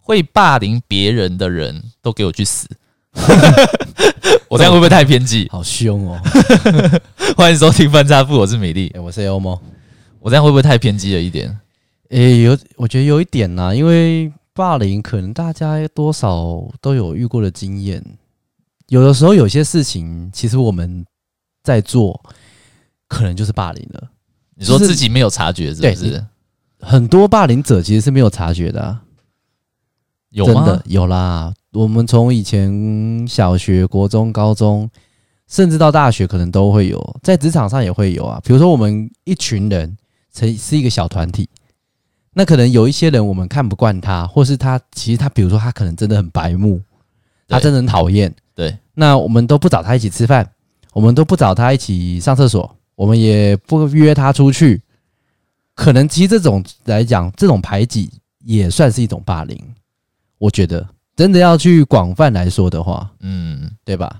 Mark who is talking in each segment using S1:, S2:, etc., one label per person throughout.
S1: 会霸凌别人的人都给我去 死！我这样会不会太偏激？
S2: 好凶哦！
S1: 欢迎收听翻差富，我是美丽。
S2: 欸、我是 L 猫。
S1: 我这样会不会太偏激了一点？
S2: 诶、欸有我觉得有一点呐、因为霸凌可能大家多少都有遇过的经验。有的时候有些事情，其实我们在做，可能就是霸凌了。
S1: 你说
S2: 就是
S1: 自己没有察觉是
S2: 对
S1: 不
S2: 你
S1: 是？
S2: 很多霸凌者其实是没有察觉的、啊，
S1: 有
S2: 真
S1: 吗
S2: 的？有啦。我们从以前小学、国中、高中，甚至到大学，可能都会有，在职场上也会有啊。比如说，我们一群人成是一个小团体，那可能有一些人我们看不惯他，或是他其实他，比如说他可能真的很白目，他
S1: 对
S2: 真的很讨厌，
S1: 对，
S2: 那我们都不找他一起吃饭，我们都不找他一起上厕所，我们也不约他出去。可能其实这种来讲，这种排挤也算是一种霸凌。我觉得真的要去广泛来说的话，
S1: 嗯，
S2: 对吧？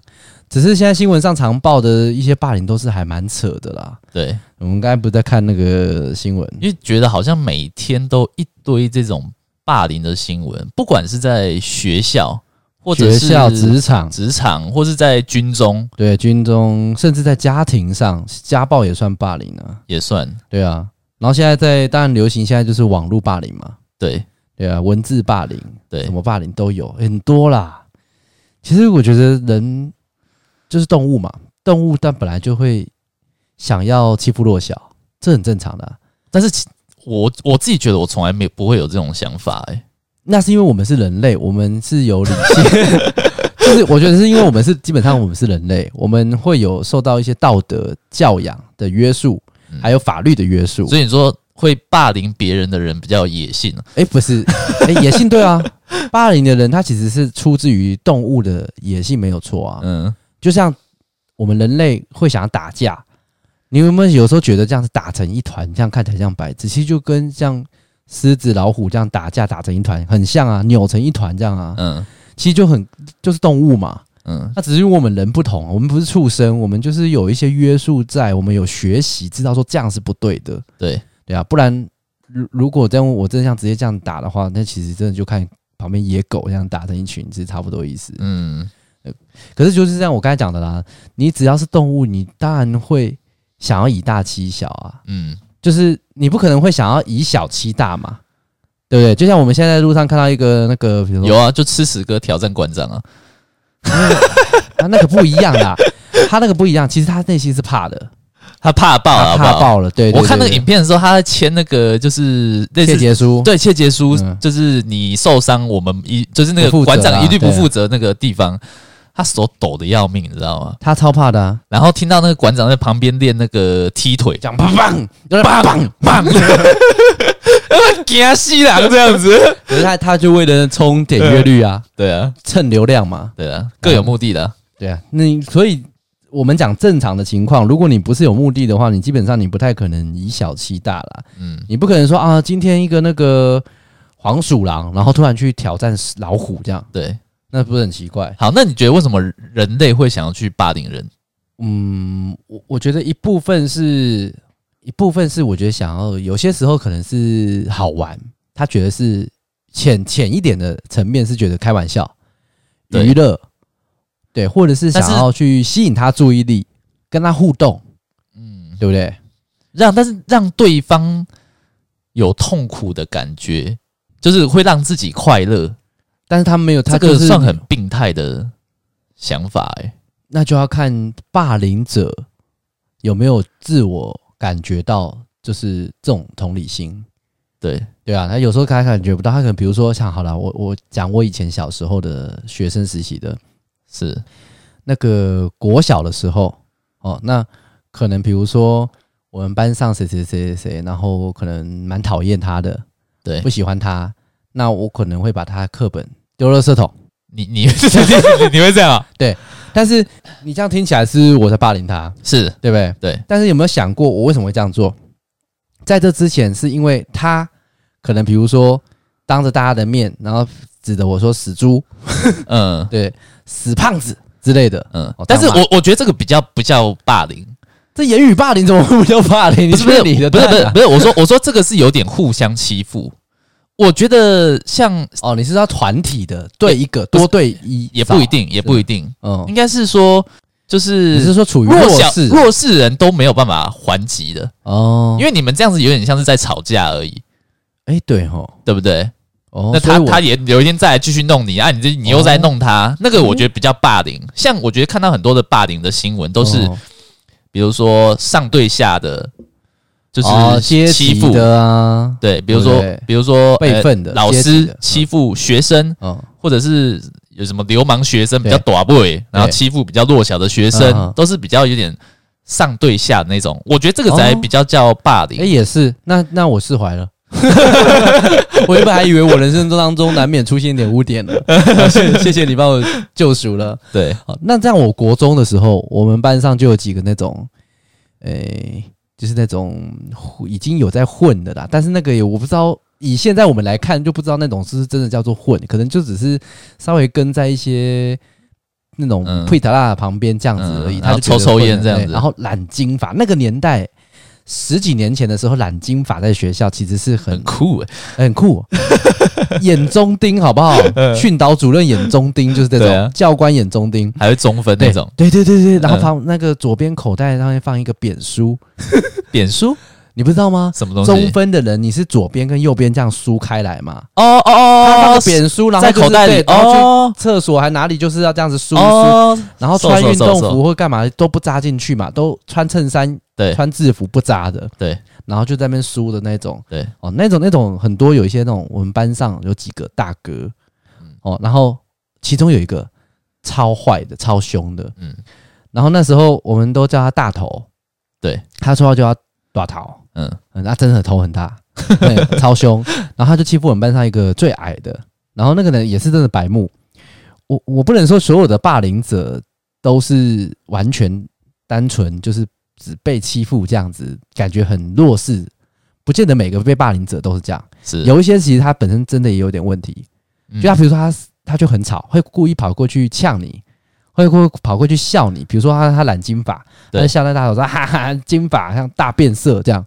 S2: 只是现在新闻上常报的一些霸凌都是还蛮扯的啦。
S1: 对，
S2: 我们刚才不是在看那个新闻，
S1: 因为觉得好像每天都一堆这种霸凌的新闻，不管是在学校，或者
S2: 学
S1: 是
S2: 校、职场、
S1: 职场，或是在军中
S2: 对军中，甚至在家庭上，家暴也算霸凌啊。
S1: 也算。
S2: 对啊，然后现在在当然流行，现在就是网络霸凌嘛。
S1: 对
S2: 对啊，文字霸凌、
S1: 对
S2: 什，么霸凌都有，很多啦。其实我觉得人就是动物嘛，动物但本来就会想要欺负弱小，这很正常的啊、
S1: 但是其我我自己觉得我从来没不会有这种想法、欸，
S2: 那是因为我们是人类，我们是有理性， 就是我觉得是因为我们是基本上我们是人类，我们会有受到一些道德教养的约束，
S1: 嗯
S2: 还有法律的约束。
S1: 所以你说会霸凌别人的人比较有野性啊、
S2: 哎、不是，哎、野性对啊，霸凌的人他其实是出自于动物的野性，没有错啊。
S1: 嗯，
S2: 就像我们人类会想要打架，你有没有有时候觉得这样子打成一团，这样看起来像白痴，其实就跟像狮子、老虎这样打架打成一团很像啊，扭成一团这样啊，
S1: 嗯
S2: 其实就很就是动物嘛。
S1: 嗯，
S2: 那只是因为我们人不同，我们不是畜生，我们就是有一些约束在，我们有学习，知道说这样是不对的，
S1: 对，
S2: 对啊，不然如如果这样我真的像直接这样打的话，那其实真的就看旁边野狗这样打成一群，是差不多意思。
S1: 嗯，
S2: 可是就是像我刚才讲的啦，你只要是动物，你当然会想要以大欺小啊，
S1: 嗯，
S2: 就是你不可能会想要以小欺大嘛，对不对？就像我们现在在路上看到一个那个，比如说
S1: 有啊，就吃屎哥挑战馆长啊，
S2: 啊，那个不一 样啦，他那个不一样，其实他内心是怕的，
S1: 他怕爆
S2: 他
S1: 啊，
S2: 怕
S1: 爆。
S2: 爆了。对对
S1: 我看那个
S2: 对
S1: 影片的时候，他在签那个就是类
S2: 对
S1: 似
S2: 谢杰书，
S1: 对切结书，
S2: 嗯
S1: 就是你受伤，我们一就是那
S2: 不
S1: 个
S2: 负责啊
S1: 馆长一律不
S2: 对啊
S1: 负责那个地方，他手抖的要命，你知道吗？
S2: 他超怕的、啊，
S1: 然后听到那个馆长在旁边练那个踢腿，
S2: 讲砰砰砰砰，
S1: 棒，惊死人这样子。
S2: 可是他他就为了冲点阅率啊，
S1: 对啊，
S2: 蹭流量嘛，
S1: 对啊，各有目的的啊。
S2: 对啊，你所以我们讲正常的情况，如果你不是有目的的话，你基本上你不太可能以小欺大啦。
S1: 嗯，
S2: 你不可能说啊，今天一个那个黄鼠狼，然后突然去挑战老虎这样，
S1: 对。
S2: 那不是很奇怪？
S1: 好，那你觉得为什么人类会想要去霸凌人？
S2: 嗯，我我觉得一部分是，一部分是我觉得想要有些时候可能是好玩，他觉得是浅浅一点的层面是觉得开玩笑、
S1: 对
S2: 娱乐，对，或者是
S1: 但是
S2: 想要去吸引他注意力，跟他互动，
S1: 嗯，
S2: 对不对？
S1: 让但是让对方有痛苦的感觉，就是会让自己快乐，
S2: 但是他没有，
S1: 这
S2: 他就
S1: 个
S2: 是
S1: 算很病态的想法哎、
S2: 那就要看霸凌者有没有自我感觉到，就是这种同理心。
S1: 对，
S2: 对啊，他有时候他感觉不到，他可能比如说像好了，我我讲我以前小时候的学生时期的
S1: 是，
S2: 那个国小的时候哦，那可能比如说我们班上谁谁谁谁谁，然后可能蛮讨厌他的，
S1: 对
S2: 不喜欢他，那我可能会把他课本丢垃圾桶。
S1: 你你 你你你会这样、 啊？
S2: 但是你这样听起来是我在霸凌他，
S1: 是
S2: 对不对？
S1: 对。
S2: 但是有没有想过，我为什么会这样做？在这之前，是因为他可能比如说当着大家的面，然后指着我说“死猪
S1: 嗯”，
S2: 对，“死胖子”之类的。
S1: 嗯
S2: 哦，
S1: 但是
S2: 当然
S1: 我我觉得这个比较不叫霸凌，
S2: 这言语霸凌怎么会叫霸凌？
S1: 不是不是
S2: 你
S1: 不是
S2: 确定你的
S1: 不是不
S2: 蛋
S1: 是
S2: 啊
S1: 不是，我说我说这个是有点互相欺负。我觉得像
S2: 哦，你是要团体的对一个
S1: 不是
S2: 多对一
S1: 也不一，定，也不一定，
S2: 少嗯
S1: 应，该是说就是
S2: 你是说处于
S1: 弱
S2: 弱
S1: 小
S2: 势
S1: 弱势人都没有办法还击的，
S2: 哦？
S1: 因为你们这样子有点像是在吵架而已，
S2: 哎、对吼，
S1: 对不对？
S2: 哦，
S1: 那他
S2: 所以我哦
S1: 他也有一天再来继续弄你啊，你这你又在弄他，那个我觉得比较霸凌。像我觉得看到很多的霸凌的新闻，都是、
S2: 哦
S1: 比如说上对下的，就
S2: 哦阶
S1: 是欺
S2: 级
S1: 负。
S2: 的啊，
S1: 对，比如说
S2: 对，
S1: 比如说呃
S2: 辈分的
S1: 老
S2: 阶级
S1: 师
S2: 的嗯
S1: 欺负学生，
S2: 嗯，
S1: 或者是有什么流氓学生比较
S2: 对
S1: 短辈，然后欺负比较弱小的学
S2: 嗯
S1: 生
S2: 嗯，
S1: 都是比较有点上对下的那种。我觉得这个才
S2: 哦
S1: 比较叫霸
S2: 哎、
S1: 凌。
S2: 也是，那那我释怀了。 我原本还以为我人生当中难免出现一点污点呢，啊谢谢谢你帮我救赎了。
S1: 对，
S2: 好，那这样我国中的时候，我们班上就有几个那种，诶、就是那种已经有在混的啦，但是那个也我不知道，以现在我们来看就不知道那种是不是真的叫做混，可能就只是稍微跟在一些那种
S1: 嗯
S2: 佩塔拉旁边这样子而已，
S1: 嗯然
S2: 他就觉得
S1: 后抽抽
S2: 混了
S1: 烟这样子
S2: 对然后染金发，那个年代。十几年前的时候，染金发在学校其实是很
S1: 很酷欸，
S2: 很酷，哦眼中钉好 不好？训导主任眼中钉就是这
S1: 嗯
S2: 种，
S1: 对啊
S2: 教官眼中钉
S1: 还会中分那种
S2: 对对对对，然后
S1: 嗯
S2: 旁那个左边口袋上面放一个扁书，
S1: 扁梳
S2: 你不知道吗？
S1: 什么东
S2: 中
S1: 西？
S2: 分的人，你是左边跟右边这样梳开来嘛？
S1: 哦哦
S2: 他放
S1: 哦
S2: 个扁梳，然后
S1: 在
S2: 就是
S1: 口袋里
S2: 对然后
S1: 哦
S2: 去厕所还哪里就是要这样子梳一梳，
S1: 哦，
S2: 然后
S1: 瘦
S2: 穿
S1: 瘦
S2: 运
S1: 瘦
S2: 动
S1: 瘦
S2: 服或干嘛都不扎进去嘛，都穿衬衫
S1: 对
S2: 穿制服不扎的，
S1: 对，
S2: 然后就在那边梳的那种，
S1: 对，
S2: 哦，那种那种很多有一些那种我们班上有几个大哥，
S1: 嗯
S2: 哦，然后其中有一个超坏的、超凶的，
S1: 嗯
S2: 然后那时候我们都叫他大头，
S1: 对
S2: 他说话就要大头，
S1: 嗯，
S2: 嗯，他真的头很大，对，超凶，然后他就欺负我们班上一个最矮的，然后那个人也是真的白目，我我不能说所有的霸凌者都是完全单纯就是只被欺负这样子，感觉很弱势。不见得每个被霸凌者都是这样，
S1: 是
S2: 有一些其实他本身真的也有点问题，
S1: 嗯
S2: 就他比如说他他就很吵，会故意跑过去呛你，会故意跑过去笑你。比如说他他染金发，他
S1: 对
S2: 就笑那大头说哈哈金发像大变色这样，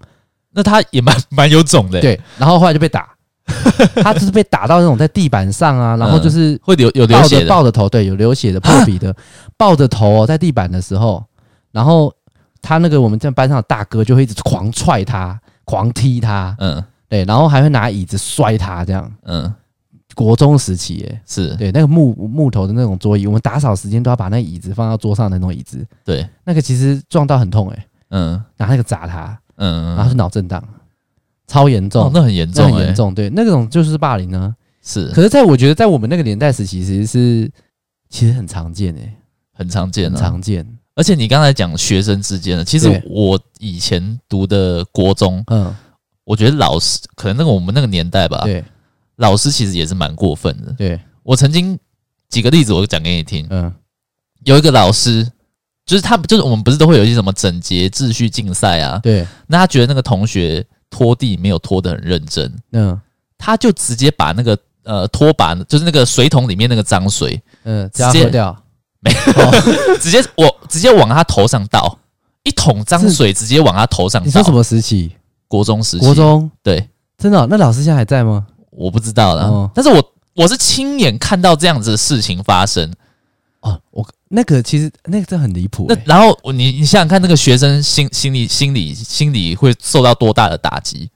S1: 那他也蛮蛮有种的，，
S2: 对，然后后来就被 打，他就是被打到那种在地板上啊，然后
S1: 嗯
S2: 就是
S1: 会流有流
S2: 抱
S1: 血
S2: 着
S1: 的，
S2: 抱着头，对，有流血的破皮 的，抱着头、哦、在地板的时候，然后他那个我们这班上的大哥就会一直狂踹他，狂踢他，
S1: 嗯
S2: 对，然后还会拿椅子摔他这样。
S1: 嗯，
S2: 国中时期耶，
S1: 是
S2: 对，那个木木头的那种桌椅，我们打扫时间都要把那椅子放到桌上的那种椅子，
S1: 对，
S2: 那个其实撞到很痛哎、
S1: 嗯
S2: 拿那个砸他，
S1: 嗯，
S2: 然后是脑震荡，超严重，
S1: 哦那很严
S2: 那
S1: 重，欸
S2: 很严，重，对，那种就是霸凌呢、
S1: 是
S2: 可是，在我觉得，在我们那个年代时期，其实是其实很常见哎、
S1: 很常见
S2: 很
S1: 啊。
S2: 常见，
S1: 而且你刚才讲学生之间的，其实
S2: 对
S1: 我以前读的国中，
S2: 嗯，
S1: 我觉得老师可能那个我们那个年代吧，
S2: 对
S1: 老师其实也是蛮过分的。
S2: 对，
S1: 我曾经几个例子，我讲给你听。
S2: 嗯
S1: 有一个老师，就是他，就是我们不是都会有一些什么整洁秩序竞赛啊？
S2: 对，
S1: 那他觉得那个同学拖地没有拖得很认真，
S2: 嗯
S1: 他就直接把那个呃拖把，就是那个水桶里面那个脏水，
S2: 嗯，
S1: 直
S2: 加
S1: 接
S2: 喝掉，
S1: 直接我直接往他头上倒，一桶脏水直接往他头上倒。
S2: 你说什？么时期？
S1: 国中时期？
S2: 国中
S1: 对，
S2: 真的哦、那老师现在还在吗？
S1: 我不知道啦，
S2: 哦
S1: 但是我我是亲眼看到这样子的事情发生。
S2: 哦，我那个其实那个真的很离谱、
S1: 那
S2: 欸，
S1: 然后你你想想看，那个学生心心理心理心理会受到多大的打击？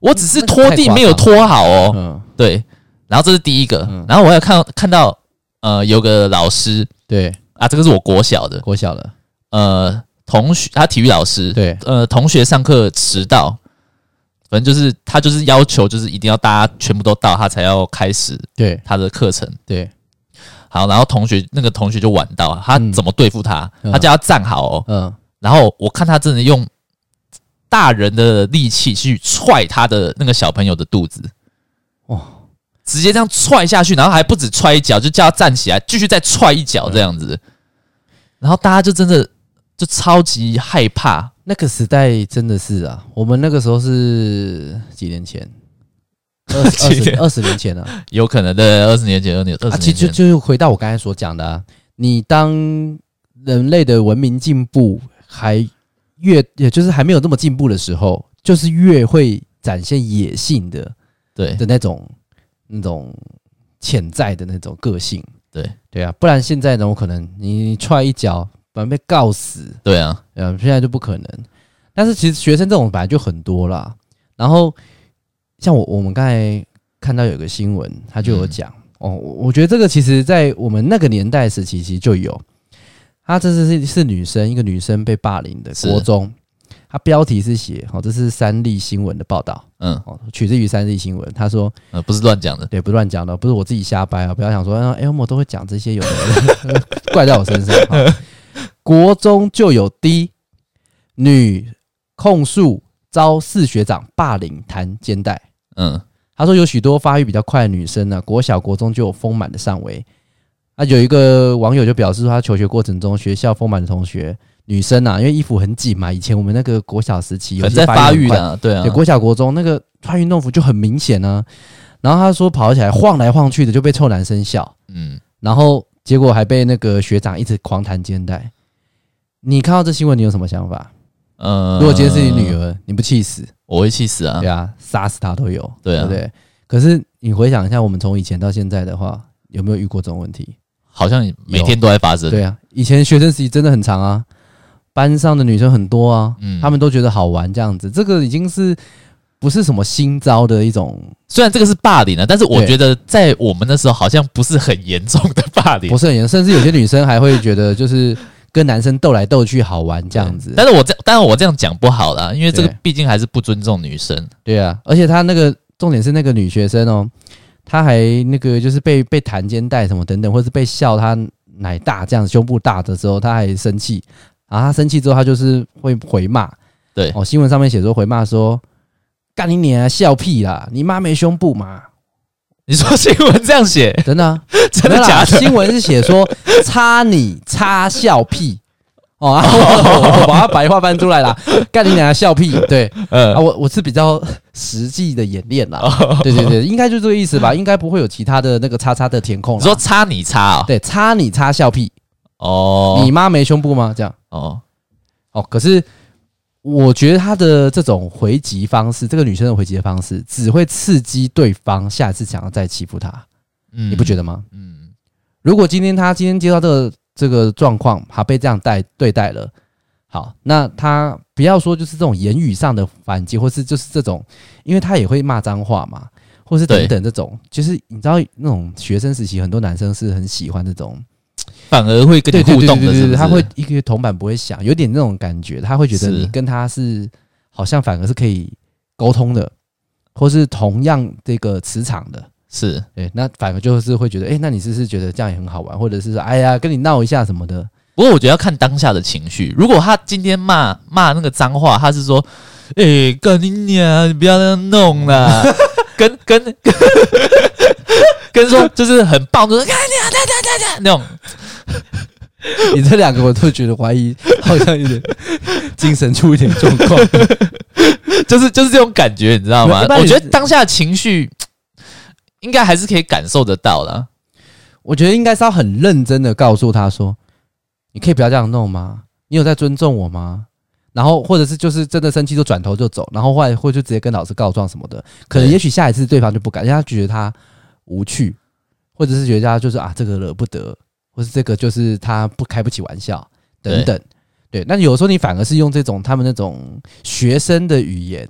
S1: 我只是拖地没有拖好哦，
S2: 嗯，
S1: 对。然后这是第一个，
S2: 嗯
S1: 然后我还有看看到呃有个老师
S2: 对，
S1: 啊，这个是我国小的
S2: 国小了，
S1: 呃同学，他体育老师
S2: 对
S1: 呃同学上课迟到，反正就是他就是要求就是一定要大家全部都到，他才要开始
S2: 对
S1: 他的课程。
S2: 对，
S1: 好，然后同学那个同学就晚到，他
S2: 嗯
S1: 怎么对付他？
S2: 嗯
S1: 他叫他站好哦，
S2: 嗯，
S1: 然后我看他真的用大人的力气去踹他的那个小朋友的肚子，
S2: 哇
S1: 直接这样踹下去，然后还不止踹一脚，就叫他站起来，继续再踹一脚这样子。然后大家就真的就超级害怕，
S2: 那个时代真的是啊，我们那个时候是几年前，二
S1: 几
S2: 十
S1: 年
S2: 二十年前啊，
S1: 有可能的二十年前、二年二
S2: 啊，
S1: 十
S2: 其
S1: 年
S2: 实就
S1: 前，
S2: 就是回到我刚才所讲的、啊，你当人类的文明进步还越，也就是还没有那么进步的时候，就是越会展现野性的
S1: 对
S2: 的那种那种潜在的那种个性。
S1: 对
S2: 对啊，不然现在呢，我可能你踹一脚，反正被告死，
S1: 对啊，
S2: 呃，现在就不可能。但是其实学生这种本来就很多啦。然后像我我们刚才看到有个新闻，他就有讲、哦，我我觉得这个其实在我们那个年代时期其实就有。他这是是是女生，一个女生被霸凌的
S1: 是
S2: 国中，他标题是写哦，这是三立新闻的报道
S1: 嗯
S2: 哦，取自于三立新闻。他说
S1: 呃，不是乱讲的，
S2: 对，不是乱讲的，不是我自己瞎掰啊！不要想说，哎、我都会讲这些有的 没的怪在我身上。哈国中就有 D 女控诉遭四学长霸凌弹肩带，
S1: 嗯
S2: 他说有许多发育比较快的女生呢、国小国中就有丰满的上围。啊，有一个网友就表示说，他求学过程中学校丰满的同学女生啊，因为衣服很紧嘛，以前我们那个国小时期有
S1: 很
S2: 些
S1: 在发
S2: 很
S1: 育
S2: 快
S1: 的啊，对啊
S2: 对，，国小国中那个穿运动服就很明显啊。然后他说跑起来晃来晃去的，就被臭男生笑，
S1: 嗯，
S2: 然后结果还被那个学长一直狂弹肩带。你看到这新闻，你有什么想法？
S1: 呃，
S2: 如果今天是你女，儿，你不气死？
S1: 我会气死啊
S2: 对，啊，杀死她都有，
S1: 对啊
S2: 不对？可是你回想一下，我们从以前到现在的话，有没有遇过这种问题？
S1: 好像每天都在发生，
S2: 对啊，以前学生时期真的很长啊，班上的女生很多啊，
S1: 嗯
S2: 他们都觉得好玩这样子，这个已经是不是什么新招的一种
S1: 虽然这个是霸凌啊，但是我
S2: 对
S1: 觉得在我们那时候好像不是很严重的霸凌
S2: 不，是很严，甚至有些女生还会觉得就是跟男生斗来斗去好玩这样子。
S1: 但是我这，当然我这样讲不好啦，因为这个
S2: 对
S1: 毕竟还是不尊重女生。
S2: 对啊，而且她那个重点是那个女学生哦，她还那个就是被被弹肩带什么等等，或是被笑她奶大这样胸部大的时候，她还生气。然后她生气之后，她就是会回骂。
S1: 对
S2: 哦，新闻上面写说回骂说。干你娘、笑屁啦！你妈没胸部嘛？
S1: 你说新闻这样 写，
S2: 真的、啊，
S1: 真的
S2: 没有啦
S1: 假的？
S2: 新闻是写说“擦你擦笑屁”，哦， 啊我我把它白话翻出来啦，干你娘的笑屁！对啊，
S1: 呃，
S2: 我我是比较实际的演练啦，
S1: 哦
S2: 对对对，应该就这个意思吧，应该不会有其他的那个叉叉的填空
S1: 你
S2: 啦。
S1: 说擦你擦哦，
S2: 对，擦你擦笑屁，
S1: 哦
S2: 你妈没胸部吗？这样
S1: 哦，
S2: 哦，可是。我觉得她的这种回击方式，这个女生的回击的方式，只会刺激对方下一次想要再欺负她，
S1: 嗯
S2: 你不觉
S1: 得？
S2: 得吗？
S1: 嗯，
S2: 如果今天他今天接到这个这个状况，他被这样待对待了，好，那他不要说就是这种言语上的反击，或是就是这种，因为他也会骂脏话嘛，或是等
S1: 对
S2: 等这种，就是你知道那种学生时期很多男生是很喜欢这种
S1: 反而会跟你互动的，
S2: 对对对
S1: 是
S2: 对
S1: 不
S2: 对
S1: 是？
S2: 他会一个铜板不会响，有点那种感觉，他会觉得
S1: 是
S2: 你跟他是好像反而是可以沟通的，或是同样这个磁场的。
S1: 是
S2: 对，那反而就是会觉得，哎、那你是不是觉得这样也很好玩，或者是说，哎呀，跟你闹一下什么的，
S1: 不过我觉得要看当下的情绪。如果他今天骂骂那个脏话，他是说：“哎、干你娘，你不要那样弄啦！” 跟跟跟跟说就是很棒，就是干你娘，哒哒哒哒那种。
S2: 你这两个我都觉得怀疑，好像有点 精神出一点状况。
S1: 就是就是这种感觉，你知道吗
S2: 一？般
S1: 我
S2: 人
S1: 觉得当下的情绪应该还是可以感受得到啦。
S2: 我觉得应该是要很认真的告诉他说，你可以不要这样弄吗？你有在尊重我吗？然后或者是就是真的生气就转头就走，然后后来或就直接跟老师告状什么的。可能
S1: 对
S2: 也许下一次对方就不敢，因为他觉得他无趣，或者是觉得他就是啊这个惹不得，或是这个就是他不开不起玩笑等等。对，那有时候你反而是用这种他们那种学生的语言，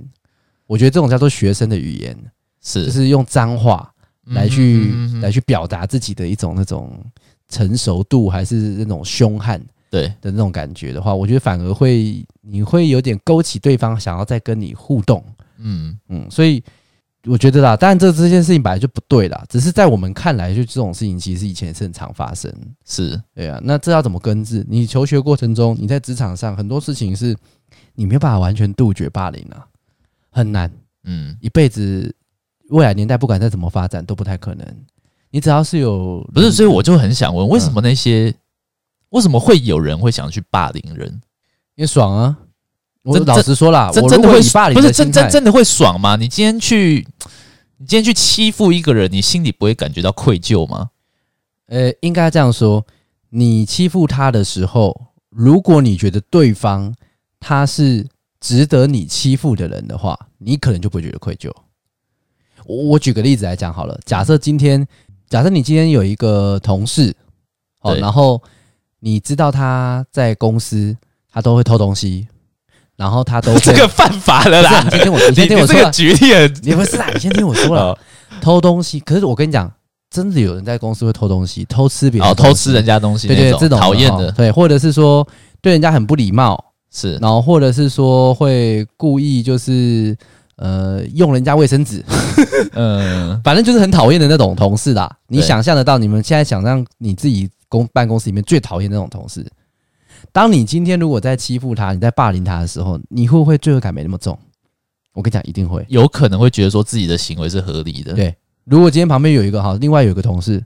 S2: 我觉得这种叫做学生的语言，
S1: 是，
S2: 就是用脏话
S1: 嗯
S2: 来去、
S1: 嗯嗯嗯
S2: 来去表达自己的一种那种成熟度，还是那种凶悍
S1: 对，
S2: 的那种感觉的话，我觉得反而会你会有点勾起对方想要再跟你互动，
S1: 嗯，
S2: 嗯，所以我觉得啦，当然这这件事情本来就不对啦，只是在我们看来，就这种事情其实以前是很常发生，
S1: 是
S2: 对啊，那这要怎么根治？你求学过程中，你在职场上很多事情是你没有办法完全杜绝霸凌啊，很难。
S1: 嗯，
S2: 一辈子未来年代不管再怎么发展都不太可能。你只要是有
S1: 不是，所以我就很想问，为什么那些、为什么会有人会想去霸凌人？
S2: 也爽啊！我
S1: 真
S2: 老实说啦，
S1: 真
S2: 我
S1: 真
S2: 如
S1: 的
S2: 果
S1: 会
S2: 以霸凌
S1: 不是
S2: 啊的
S1: 真
S2: 心
S1: 真
S2: 态，
S1: 真的会爽吗？你今天去。你今天去欺负一个人，你心里不会感觉到愧疚吗？
S2: 呃，应该这样说：你欺负他的时候，如果你觉得对方他是值得你欺负的人的话，你可能就不会觉得愧疚。我我举个例子来讲好了，假设今天，假设你今天有一个同事，哦，
S1: 对
S2: 然后你知道他在公司他都会偷东西，然后他都会
S1: 这个犯法了
S2: 不是
S1: 啦
S2: 啊你！先听我，你
S1: 你
S2: 先听
S1: 你
S2: 我
S1: 这
S2: 说
S1: 个哦
S2: 了，
S1: 举例很
S2: 你不是 啊，你先听我说了，偷东西。可是我跟你讲，真的有人在公司会偷东西，偷吃别人
S1: 哦，
S2: 的东西，
S1: 偷吃人家东西
S2: 对啊对
S1: 那
S2: 对，这种
S1: 讨厌
S2: 哦
S1: 的
S2: 对，或者是说对人家很不礼貌，
S1: 是
S2: 然后或者是说会故意就是呃用人家卫生纸，
S1: 嗯
S2: 反正就是很讨厌的那种同事啦。你
S1: 对
S2: 想象得到，你们现在想象你自己公办公室里面最讨厌那种同事。当你今天如果在欺负他，你在霸凌他的时候，你会不会罪恶感没那么重？我跟你讲，一定会。
S1: 有可能会觉得说自己的行为是合理的，
S2: 对如果今天旁边有一个好，另外有一个同事，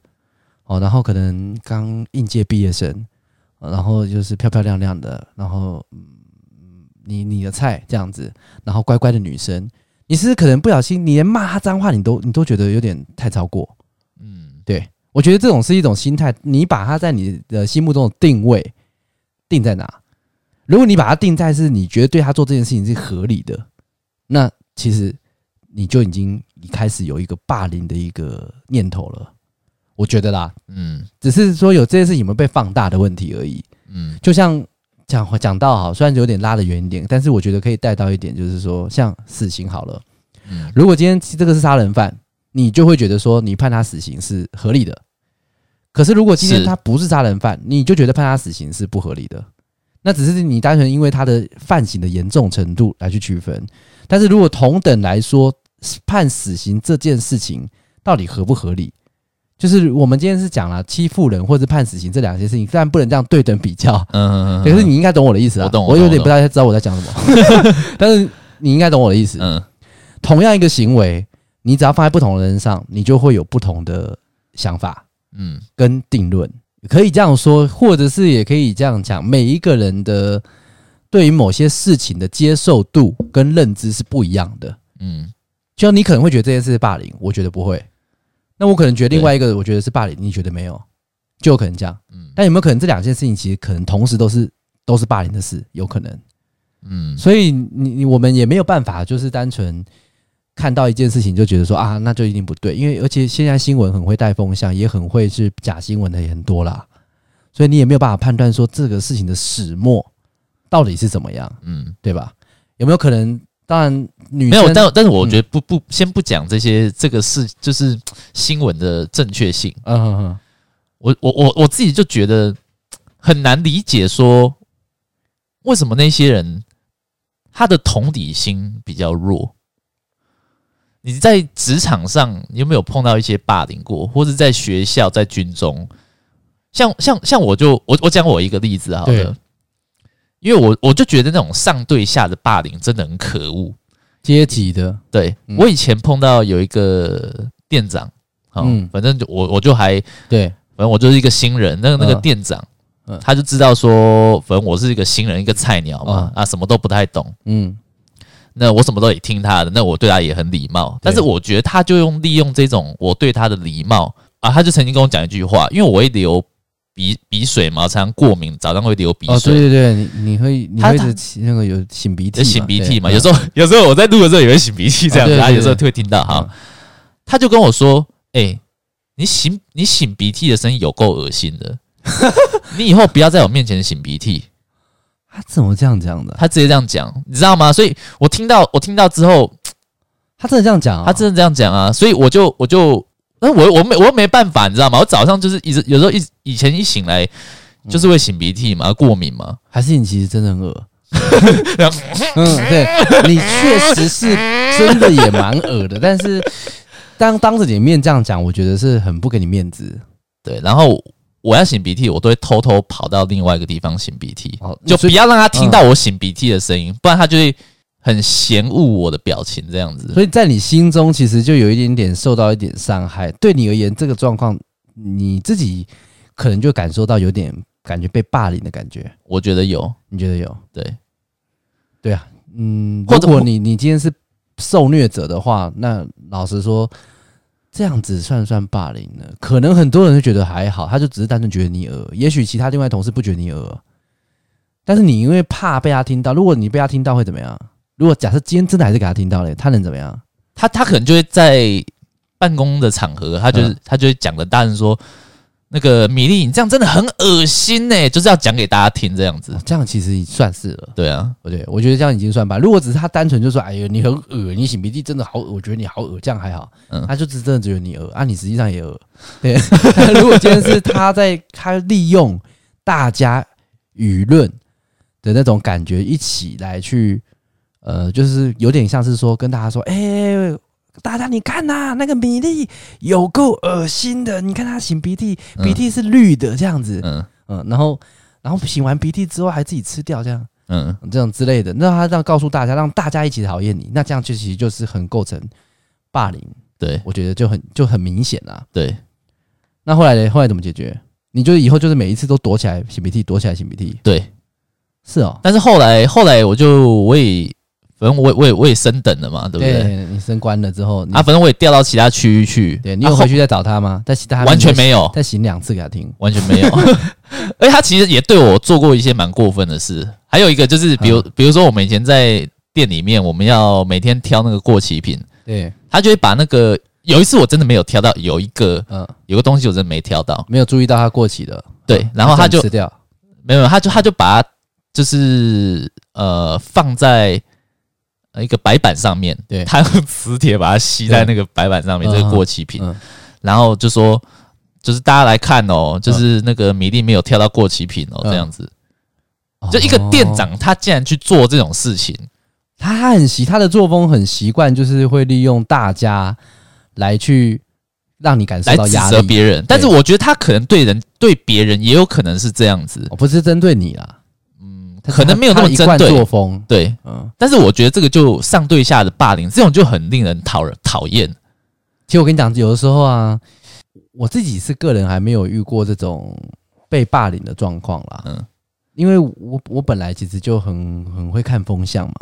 S2: 哦，然后可能刚应届毕业生，呃然后就是漂漂亮亮的，然后嗯，你你的菜这样子，然后乖乖的女生，你是不是可能不小心，你连骂她脏话你都你都觉得有点太超过。
S1: 嗯，
S2: 我觉得这种是一种心态，你把它在你的心目中的定位定在哪？如果你把它定在是你觉得对他做这件事情是合理的，那其实你就已经一开始有一个霸凌的一个念头了。我觉得啦，
S1: 嗯
S2: 只是说有这件事情有没有被放大的问题而已。
S1: 嗯，
S2: 就像讲讲到好，虽然有点拉得远一点，但是我觉得可以带到一点，就是说像死刑好了，
S1: 嗯
S2: 如果今天这个是杀人犯，你就会觉得说你判他死刑是合理的。可是如果今天
S1: 是
S2: 他不是杀人犯，你就觉得判他死刑是不合理的。那只是你单纯因为他的犯行的严重程度来去区分。但是如果同等来说，判死刑这件事情到底合不合理？就是我们今天是讲了欺负人或是判死刑这两件事情，但不能这样对等比较。
S1: 嗯，嗯
S2: 可是你应该懂我的意思啊，
S1: 我懂我
S2: 我
S1: 懂
S2: 有点
S1: 我懂
S2: 不太知道我在讲什么， 但是你应该懂我的意思。
S1: 嗯
S2: 同样一个行为，你只要放在不同的人上，你就会有不同的想法
S1: 嗯
S2: 跟定论。可以这样说，或者是也可以这样讲，每一个人的对于某些事情的接受度跟认知是不一样的。
S1: 嗯
S2: 就你可能会觉得这件事是霸凌，我觉得不会。那我可能觉得另外一个，我觉得是霸凌，你觉得没有，就有可能这样。
S1: 嗯
S2: 但有没有可能这两件事情其实可能同时都是都是霸凌的事？有可能。
S1: 嗯，
S2: 所以你你我们也没有办法，就是单纯看到一件事情就觉得说啊，那就一定不对，因为而且现在新闻很会带风向，也很会是假新闻的也很多啦，所以你也没有办法判断说这个事情的始末到底是怎么样，
S1: 嗯，
S2: 对吧？有没有可能？当然，女
S1: 没
S2: 生
S1: 有，但但是我觉得不不，先不讲这些这个事，就是新闻的正确性。
S2: 嗯哼哼
S1: 我我我我自己就觉得很难理解，说为什么那些人他的同理心比较弱。你在职场上，你有没有碰到一些霸凌过，或者在学校、在军中？像像像我就我我讲我一个例子好
S2: 对
S1: 了，因为我我就觉得那种上对下的霸凌真的很可恶。
S2: 阶级的，
S1: 对、
S2: 嗯
S1: 我以前碰到有一个店长，哦、
S2: 嗯
S1: 反正就我我就还
S2: 对，
S1: 反正我就是一个新人，那个那个
S2: 嗯
S1: 店长，
S2: 嗯
S1: 他就知道说，反正我是一个新人，一个菜鸟嘛，啊，什么都不太懂。
S2: 嗯，
S1: 那我什么都得听他的，那我对他也很礼貌，但是我觉得他就用利用这种我对他的礼貌啊，他就曾经跟我讲一句话，因为我会流鼻鼻水嘛，常常过敏，早上会流鼻
S2: 哦，对
S1: 水，
S2: 对对，你你会你
S1: 他
S2: 会一直起那个有擤鼻
S1: 就
S2: 涕嘛，
S1: 擤鼻涕嘛，
S2: 对嗯
S1: 有时候有时候我在录的时候也会擤鼻涕这样子，
S2: 哦对对
S1: 啊，有时候
S2: 对
S1: 会听到哈，
S2: 嗯
S1: 他就跟我说：“哎、你擤你擤鼻涕的声音有够恶心 的，你以后不要在我面前擤鼻涕。
S2: 他怎么这样讲”的？
S1: 他直接这样讲，你知道吗？所以我听到我听到之后，
S2: 他真的这样讲啊？
S1: 他真的这样讲啊，所以我就我就那我我没我没办法，你知道吗？我早上就是一直有时候一以前一醒来
S2: 嗯
S1: 就是会擤鼻涕嘛，过敏嘛，
S2: 还是你其实真的很恶？
S1: 然后
S2: 嗯，对你确实是真的也蛮恶的，但是当当着你的面这样讲，我觉得是很不给你面子。
S1: 对，然后我要擤鼻涕，我都会偷偷跑到另外一个地方擤鼻涕。
S2: 哦，
S1: 就
S2: 所
S1: 不
S2: 以
S1: 要让他听到我擤鼻涕的声音，不然他就会很嫌恶我的表情这样子。
S2: 所以在你心中其实就有一点点受到一点伤害。对你而言，这个状况你自己可能就感受到有点感觉被霸凌的感觉，
S1: 我觉得有
S2: 你觉得有？
S1: 对，
S2: 对啊，嗯，
S1: 或
S2: 如
S1: 者
S2: 果你你今天是受虐者的话，那老实说。这样子算不算霸凌呢？可能很多人就觉得还好，他就只是单纯觉得你恶，也许其他另外同事不觉得你恶，但是你因为怕被他听到，如果你被他听到会怎么样？如果假设今天真的还是给他听到了，他能怎么样？
S1: 他他可能就会在办公的场合，他就是、
S2: 嗯
S1: 他就会讲的大声说，那个米粒，你这样真的很恶心呢、就是要讲给大家听这样子
S2: 哦。这样其实已算是了。
S1: 对啊，
S2: 对，我觉得这样已经算吧。如果只是他单纯就说：“哎呦，你很恶，你擤鼻涕真的好恶，我觉得你好恶。”这样还好，
S1: 嗯
S2: 他就只真的觉得你恶啊，你实际上 也恶。对， 如果今天是他在他利用大家舆论的那种感觉一起来去，呃，就是有点像是说跟大家说：“哎、大家你看呐、那个米粒有够恶心的，你看他擤鼻涕，
S1: 嗯
S2: 鼻涕是绿的这样子，
S1: 嗯
S2: 嗯然后然后擤完鼻涕之后还自己吃掉这样。”
S1: 嗯，
S2: 这样之类的，那他这样告诉大家，让大家一起讨厌你，那这样就其实就是很构成霸凌，
S1: 对
S2: 我觉得就很就很明显啦。
S1: 对，
S2: 那后来呢？后来怎么解决？你就以后就是每一次都躲起来擤鼻涕，躲起来擤鼻涕，
S1: 对，
S2: 是哦，
S1: 但是后来后来我就我也反正我也我也我也升等了嘛，对不对？
S2: 哎你升官了之后，你
S1: 啊，反正我也调到其他区域去。
S2: 对你有
S1: 啊
S2: 回去再找他吗？再洗他
S1: 后完全没有，
S2: 再醒两次给他听，
S1: 完全没有。 而且他其实也对我做过一些蛮过分的事。还有一个就是，比如、
S2: 嗯
S1: 比如说我们以前在店里面，我们要每天挑那个过期品，
S2: 对，
S1: 他就会把那个有一次我真的没有挑到，有一个
S2: 嗯、
S1: 有个东西我真的没挑到，
S2: 没有注意到他过期的，
S1: 对
S2: 嗯
S1: 然后他就
S2: 吃掉，
S1: 没有，他就他就把它就是呃放在。呃一个白板上面，
S2: 对
S1: 他用磁铁把它吸在那个白板上面，
S2: 对
S1: 这个过期品，
S2: 嗯，
S1: 然后就说，就是大家来看哦，就是那个米粒没有挑到过期品哦，
S2: 嗯
S1: 这样子，就一个店
S2: 哦，
S1: 长，他竟然去做这种事情，
S2: 他很习他的作风很习惯，就是会利用大家来去让你哦感受
S1: 来
S2: 到
S1: 指
S2: 压
S1: 责
S2: 力。
S1: 别人。但是我觉得他可能对人对别人也有可能是这样子，
S2: 哦，不是针对你啦，嗯，
S1: 可能没有那么
S2: 他一贯
S1: 针对
S2: 作风，
S1: 对。
S2: 嗯，
S1: 但是我觉得这个就上对下的霸凌，这种就很令人讨人讨厌。
S2: 其实我跟你讲，有的时候啊，我自己是个人还没有遇过这种被霸凌的状况啦，
S1: 嗯
S2: 嗯，因为我我本来其实就很很会看风向嘛，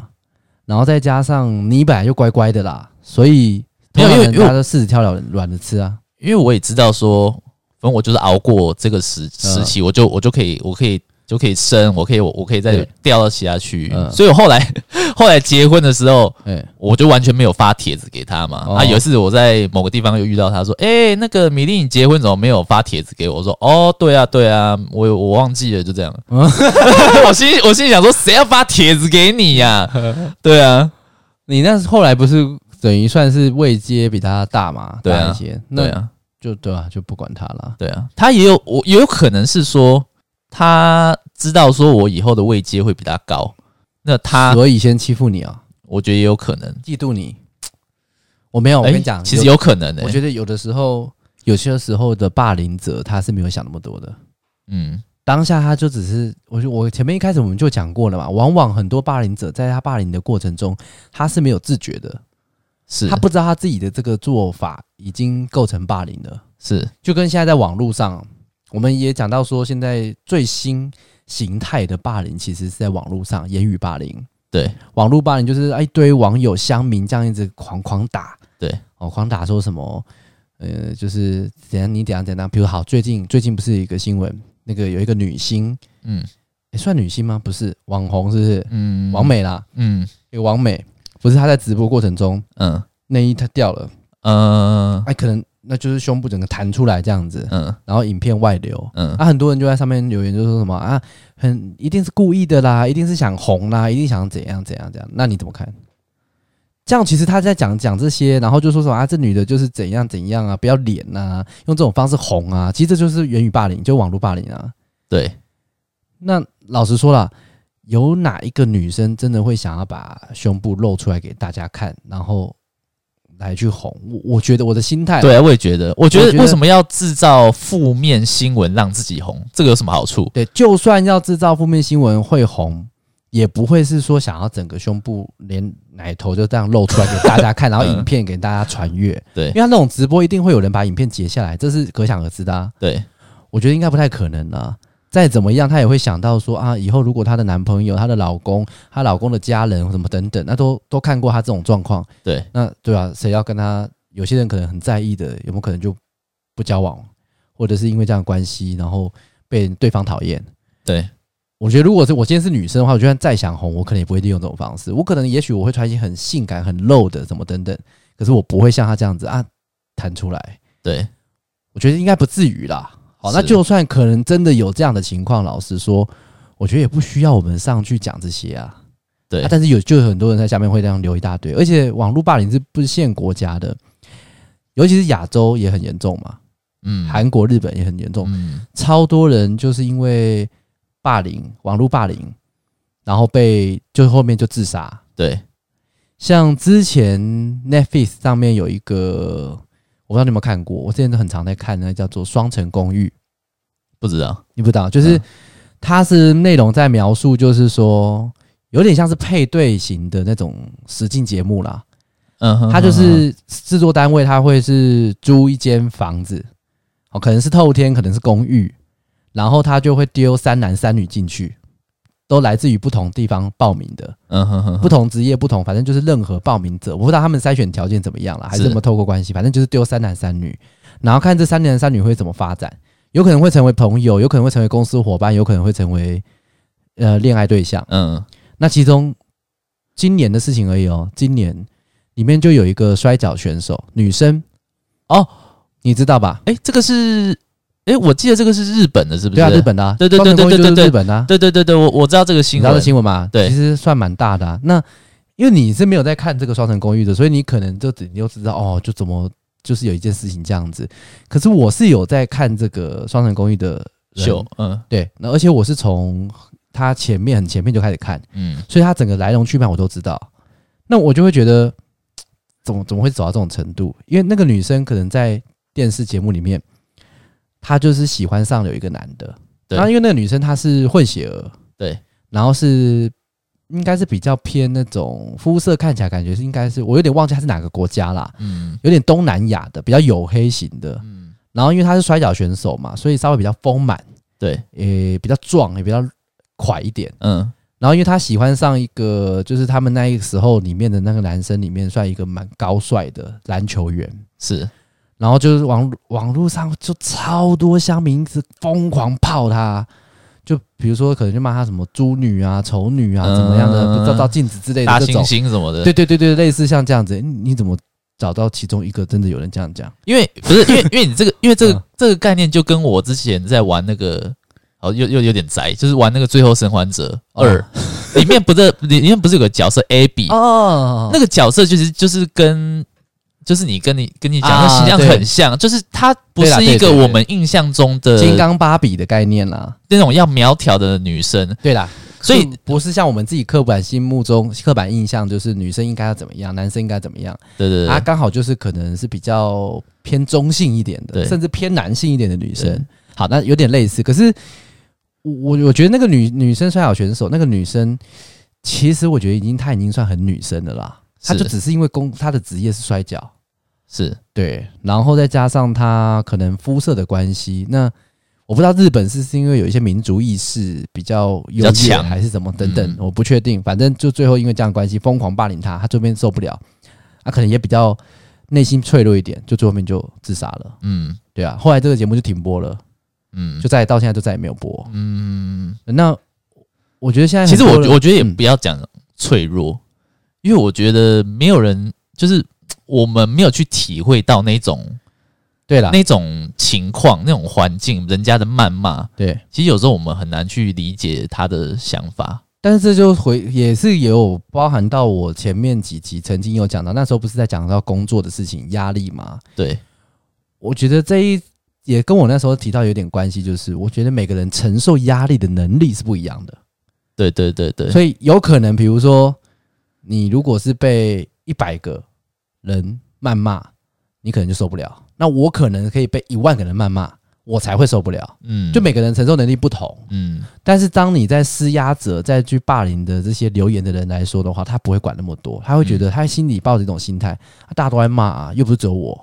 S2: 然后再加上你本来就乖乖的啦，所以
S1: 没有因为因为
S2: 大家都柿子挑软软的吃啊，
S1: 因为我也知道说，反正我就是熬过这个时
S2: 嗯
S1: 时期，我就我就可以，我可以就可以升，我可以我我可以再
S2: 对
S1: 调到其他区域。
S2: 嗯
S1: 所以我后来 后来结婚的时候，
S2: 哎、
S1: 我就完全没有发帖子给他嘛。
S2: 哦
S1: 啊，有一次我在某个地方又遇到他说：“哎、那个米粒，你结婚怎么没有发帖子给我？”我说：“哦，对啊，对啊，我有我忘记了，就这 样。我心我心里想说，谁要发帖子给你呀、 对啊，
S2: 你那后来不是等于算是位阶比他大嘛，
S1: 对啊
S2: 大一些，
S1: 对
S2: 那
S1: 啊，
S2: 就对啊，就不管他啦。
S1: 对啊，他也有我也有可能是说，他知道说我以后的位阶会比他高，那他
S2: 所以先欺负你啊，
S1: 我觉得也有可能。
S2: 嫉妒你。我没有，我跟
S1: 诶
S2: 你讲，
S1: 其实有欸可能的、
S2: 我觉得有的时候，有些时候的霸凌者他是没有想那么多的，
S1: 嗯，
S2: 当下他就只是，我就我前面一开始我们就讲过了嘛，往往很多霸凌者在他霸凌的过程中，他是没有自觉的，
S1: 是
S2: 他不知道他自己的这个做法已经构成霸凌了。
S1: 是
S2: 就跟现在在网络上，我们也讲到说，现在最新形态的霸凌其实是在网络上言语霸凌。
S1: 对，
S2: 网络霸凌就是哎一堆网友乡民这样一直狂狂打，
S1: 对，
S2: 哦，狂打说什么，呃，就是怎样你怎样怎样，比如好，最近最近不是有一个新闻，那个有一个女星，
S1: 嗯
S2: 诶算女星吗？不是网红，是不是？
S1: 嗯
S2: 王美啦，
S1: 嗯
S2: 有王美，不是她在直播过程中
S1: 嗯
S2: 内衣她掉了，
S1: 嗯
S2: 哎，可能那就是胸部整个弹出来这样子，
S1: 嗯
S2: 然后影片外流，
S1: 嗯
S2: 啊，很多人就在上面留言，就说什么啊，很一定是故意的啦，一定是想红啦，一定想怎样怎样怎样。那你怎么看？这样其实他在讲讲这些，然后就说什么啊，这女的就是怎样怎样啊，不要脸呐、用这种方式红啊。其实这就是言语霸凌，就网络霸凌啊。
S1: 对，
S2: 那老实说啦，有哪一个女生真的会想要把胸部露出来给大家看，然后来去红？我我觉得我的心态，
S1: 对啊，我也觉得，我觉
S2: 哎我觉
S1: 得
S2: 得
S1: 为什么要制造负面新闻让自己红？这个有什么好处？
S2: 对，就算要制造负面新闻会红，也不会是说想要整个胸部连奶头就这样露出来给大家看，然后影片给大家传阅。
S1: 对
S2: 因为他那种直播一定会有人把影片截下来，这是可想而知的、啊。
S1: 对
S2: 我觉得应该不太可能啦。再怎么样，她也会想到说啊，以后如果她的男朋友、她的老公、她老公的家人什么等等，那都都看过她这种状况，
S1: 对
S2: 那对啊，谁要跟她？有些人可能很在意的，有没有可能就不交往，或者是因为这样的关系，然后被对方讨厌？
S1: 对，
S2: 我觉得如果是我今天是女生的话，我就算再想红，我可能也不会利用这种方式。我可能也许我会穿一些很性感、很露的什么等等，可是我不会像她这样子啊，弹出来，
S1: 对，
S2: 我觉得应该不至于啦。好，那
S1: 是
S2: 就算可能真的有这样的情况，老实说，我觉得也不需要我们上去讲这些啊。
S1: 对
S2: 啊但是有就有很多人在下面会这样留一大堆，而且网络霸凌是不限国家的，尤其是亚洲也很严重嘛，
S1: 嗯，
S2: 韩国、日本也很严重，
S1: 嗯
S2: 超多人就是因为霸凌，网络霸凌，然后被就后面就自杀。
S1: 对，
S2: 像之前 Netflix 上面有一个，我不知道你有没有看过，我之前都很常在看那叫做《双城公寓》，
S1: 不知道，
S2: 你不知道，就是、
S1: 嗯
S2: 它是内容在描述，就是说有点像是配对型的那种实境节目啦。
S1: 嗯哼，
S2: 它就
S1: 哼
S2: 是制作单位，它会是租一间房子，哦，可能是透天，可能是公寓，然后他就会丢三男三女进去，都来自于不同地方报名的，
S1: 嗯哼哼，
S2: 不同职业、不同，反正就是任何报名者，我不知道他们筛选条件怎么样了，还是
S1: 是
S2: 怎么透过关系，反正就是丢三男三女，然后看这三男三女会怎么发展，有可能会成为朋友，有可能会成为公司伙伴，有可能会成为呃恋爱对象。
S1: 嗯
S2: 那其中今年的事情而已哦，今年里面就有一个摔跤选手，女生哦，你知道吧？
S1: 哎、这个是，哎、我记得这个是日本的，是不是？
S2: 对啊，日，本的、啊，
S1: 对对对
S2: 双城公寓
S1: 对对对
S2: 就是
S1: 对
S2: 日本的、啊，
S1: 对对对对，我我知道这个
S2: 你
S1: 新
S2: 知道的
S1: 闻，
S2: 新闻嘛？
S1: 对
S2: 其实算蛮大的、啊。那因为你是没有在看这个《双城公寓》的，所以你可能就只你就知道哦，就怎么就是有一件事情这样子。可是我是有在看这个《双城公寓》的人
S1: 秀，嗯
S2: 对，那而且我是从他前面很前面就开始看。
S1: 嗯，
S2: 所以他整个来龙去脉我都知道。那我就会觉得，嘖怎么怎么会走到这种程度？因为那个女生可能在电视节目里面，她就是喜欢上有一个男的，
S1: 对
S2: 然后因为那个女生她是混血儿，
S1: 对，
S2: 然后是应该是比较偏那种肤色看起来感觉是应该是我有点忘记她是哪个国家啦，
S1: 嗯
S2: 有点东南亚的，比较黝黑型的。
S1: 嗯，
S2: 然后因为她是摔跤选手嘛，所以稍微比较丰满，
S1: 对，
S2: 也比较壮，也比较快一点。
S1: 嗯
S2: 然后因为他喜欢上一个，就是他们那一个时候里面的那个男生里面算一个蛮高帅的篮球员，
S1: 是，
S2: 然后就是网网络上就超多乡民一直疯狂泡他，就比如说可能就骂他什么猪女啊、丑女啊
S1: 嗯
S2: 怎么样的，不照照镜子之类
S1: 大
S2: 的这
S1: 猩
S2: 种，
S1: 猩什么的，
S2: 对对对对，类似像这样子，你你怎么找到其中一个真的有人这样讲？
S1: 因为不是因为因为你这个因为这个、
S2: 嗯
S1: 这个概念就跟我之前在玩那个。哦，又又有点宅，就是玩那个《最后生还者
S2: 哦
S1: 二》里面不是里面不是有个角色 Abby，、
S2: 哦
S1: 那个角色就是就是跟就是你跟你跟你讲
S2: 啊
S1: 的形象
S2: 对
S1: 很像，就是他不
S2: 对啦
S1: 是一
S2: 对
S1: 个
S2: 对对
S1: 我们印象中的
S2: 金刚芭比的概念啦，
S1: 那种要苗条的女生，
S2: 对啦，
S1: 所以
S2: 就不是像我们自己刻板心目中刻板印象，就是女生应该要怎么样，男生应该怎么样。
S1: 对对对，
S2: 她刚好就是可能是比较偏中性一点的，
S1: 对
S2: 甚至偏男性一点的女生
S1: 对。
S2: 好，那有点类似，可是我我我觉得那个女女生摔跤选手，那个女生其实我觉得已经她已经算很女生的啦，她
S1: 是
S2: 就只是因为工她的职业是摔跤，
S1: 是
S2: 对，然后再加上她可能肤色的关系，那我不知道日本是是因为有一些民族意识比较优
S1: 比较
S2: 越，
S1: 强
S2: 还是怎么等等，
S1: 嗯
S2: 我不确定。反正就最后因为这样的关系疯狂霸凌她，她这边受不了，她可能也比较内心脆弱一点，就最后面就自杀了。
S1: 嗯
S2: 对啊，后来这个节目就停播了，
S1: 嗯
S2: 就再也到现在就再也没有播。
S1: 嗯，
S2: 那我觉得现在
S1: 其实我
S2: 很多人
S1: 我觉得也
S2: 嗯
S1: 不要讲脆弱，因为我觉得没有人就是我们没有去体会到那种
S2: 对了，
S1: 那种情况、那种环境，人家的谩骂，
S2: 对，
S1: 其实有时候我们很难去理解他的想法。
S2: 但是这就回也是有包含到我前面几集曾经有讲到，那时候不是在讲到工作的事情压力嘛？
S1: 对，
S2: 我觉得这一也跟我那时候提到有点关系，就是我觉得每个人承受压力的能力是不一样的，
S1: 对对对对，
S2: 所以有可能比如说你如果是被一百个人谩骂，你可能就受不了；那我可能可以被一万个人谩骂，我才会受不了。
S1: 嗯，
S2: 就每个人承受能力不同，
S1: 嗯
S2: 但是当你在施压者、再去霸凌的这些留言的人来说的话，他不会管那么多，他会觉
S1: 嗯
S2: 得他心里抱着一种心态，啊大家都在骂啊，又不是只有我，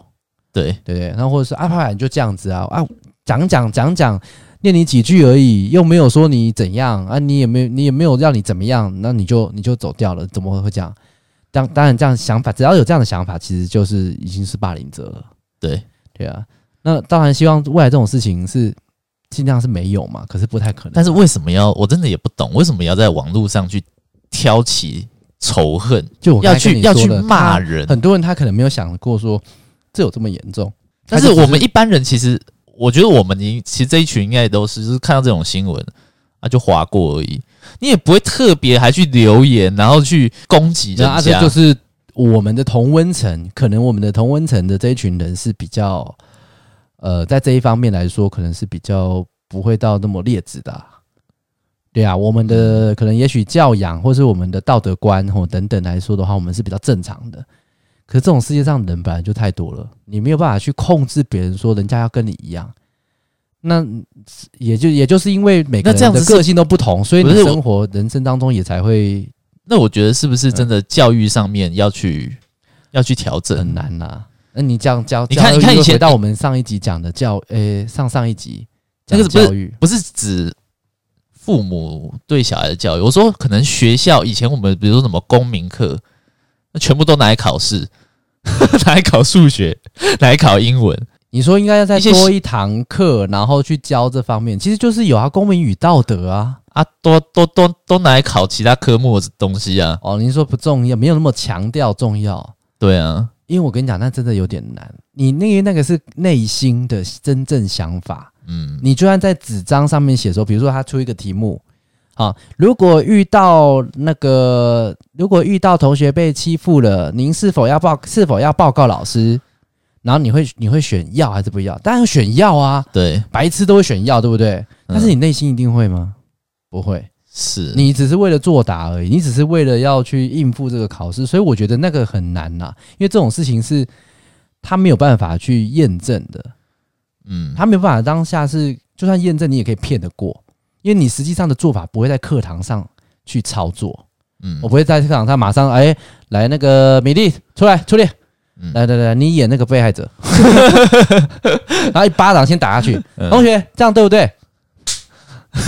S1: 对
S2: 对不对？然后或者是啊，怕你就这样子啊啊，讲讲讲讲，念你几句而已，又没有说你怎样啊，你也没有你也没有让你怎么样，那你就你就走掉了，怎么会这样？当当然这样想法，只要有这样的想法，其实就是已经是霸凌者了。
S1: 对
S2: 对啊，那当然希望未来这种事情是尽量是没有嘛，可是不太可能。
S1: 但是为什么要？我真的也不懂，为什么要在网络上去挑起仇恨？
S2: 就我刚
S1: 要
S2: 才
S1: 去
S2: 跟你说
S1: 要去
S2: 的
S1: 骂
S2: 他
S1: 人
S2: 很多人他可能没有想过说这有这么严重？
S1: 但
S2: 他
S1: 是
S2: 就只
S1: 我们一般人其实，我觉得我们已其实这一群应该也都是，就是看到这种新闻啊就划过而已，你也不会特别还去留言，然后去攻击人
S2: 那啊，这
S1: 家。
S2: 就是我们的同温层，可能我们的同温层的这一群人是比较，呃，在这一方面来说，可能是比较不会到那么劣质的啊、对啊，我们
S1: 嗯
S2: 的可能也许教养或是我们的道德观或等等来说的话，我们是比较正常的。可是这种世界上人本来就太多了，你没有办法去控制别人说人家要跟你一样。那也就也就是因为每个
S1: 那这样
S2: 人的
S1: 子是
S2: 个性都不同，所以你
S1: 不是我
S2: 生活人生当中也才会
S1: 那我觉得是不
S2: 嗯
S1: 是真的教育上面要去要去调整？
S2: 很难呐、那你这样教，
S1: 你看
S2: 教育
S1: 你看
S2: 又
S1: 以前
S2: 回到我们上一集讲的教，诶、上上一集
S1: 那个
S2: 讲
S1: 是不是
S2: 教育，
S1: 不是指父母对小孩的教育，我说可能学校以前我们比如说什么公民课，那全部都拿来考试， 拿来考数学， 拿来考英文。
S2: 你说应该要再
S1: 一些
S2: 多一堂课，然后去教这方面，其实就是有啊，公民与道德啊。
S1: 啊，都都都都拿来考其他科目的东西啊。
S2: 哦，您说不重要，没有那么强调重要，
S1: 对啊，
S2: 因为我跟你讲，那真的有点难。你那个那个是内心的真正想法，
S1: 嗯，
S2: 你就算在纸张上面写说，比如说他出一个题目，啊，如果遇到那个，如果遇到同学被欺负了，您是否要报是否要报告老师？然后你会你会选要还是不要？当然选要啊，
S1: 对，
S2: 白痴都会选要，对不对？但是你内心一定会吗？不会，
S1: 嗯是
S2: 你只是为了作答而已，你只是为了要去应付这个考试，所以我觉得那个很难呐、因为这种事情是他没有办法去验证的。
S1: 嗯，
S2: 他没有办法当下是，就算验证你也可以骗得过，因为你实际上的做法不会在课堂上去操作，
S1: 嗯
S2: 我不会在课堂上马上哎、来那个米粒出来出列，
S1: 嗯
S2: 来来来你演那个被 害者，然后一巴掌先打下去，
S1: 嗯
S2: 同学这样对不对？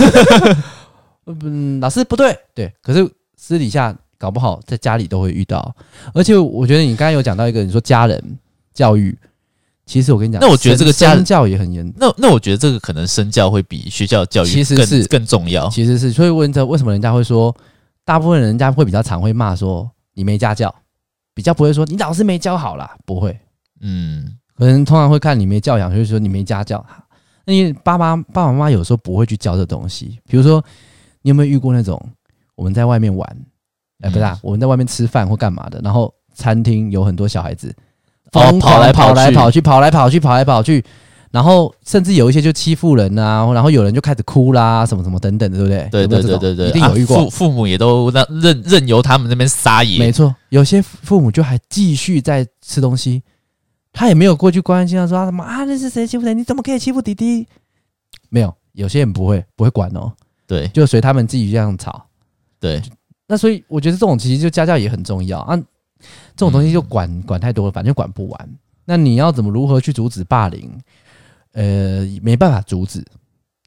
S2: 嗯，老师不对，对，可是私底下搞不好在家里都会遇到，而且我觉得你刚才有讲到一个，你说家人教育。其实我跟你讲，
S1: 那我觉得这个
S2: 身
S1: 家人
S2: 身教也很严
S1: 那那我觉得这个可能身教会比学校教育
S2: 其实
S1: 更
S2: 是
S1: 更重要。
S2: 其实是，所以问这为什么人家会说，大部分人家会比较常会骂说你没家教，比较不会说你老师没教好啦，不会，
S1: 嗯，
S2: 可能通常会看你没教养，就是说你没家教。那你爸妈爸爸妈妈有时候不会去教这东西，比如说你有没有遇过那种我们在外面玩，哎、不是、
S1: 嗯
S2: 啊，我们在外面吃饭或干嘛的，然后餐厅有很多小孩子，
S1: 哦
S2: 疯狂
S1: 跑来
S2: 跑
S1: 跑
S2: 来
S1: 去
S2: 跑去，跑来跑去，跑来跑去，然后甚至有一些就欺负人啊，然后有人就开始哭啦，什么什么等等的，对不对？
S1: 对
S2: 有没
S1: 对
S2: 有这
S1: 对对
S2: 种
S1: 对，
S2: 一定
S1: 啊
S2: 有遇过。
S1: 父父母也都让任任由他们那边撒
S2: 没
S1: 野。
S2: 错，有些父母就还继续在吃东西，他也没有过去关心，他说他什么啊，那是谁欺负谁？你怎么可以欺负弟弟？没有，有些人不会不会管哦，
S1: 对
S2: 就随他们自己这样吵。
S1: 对，
S2: 那所以我觉得这种其实就家教也很重要啊，这种东西
S1: 嗯
S2: 就管、管太多了，反正管不完。那你要怎么如何去阻止霸凌？呃，没办法阻止，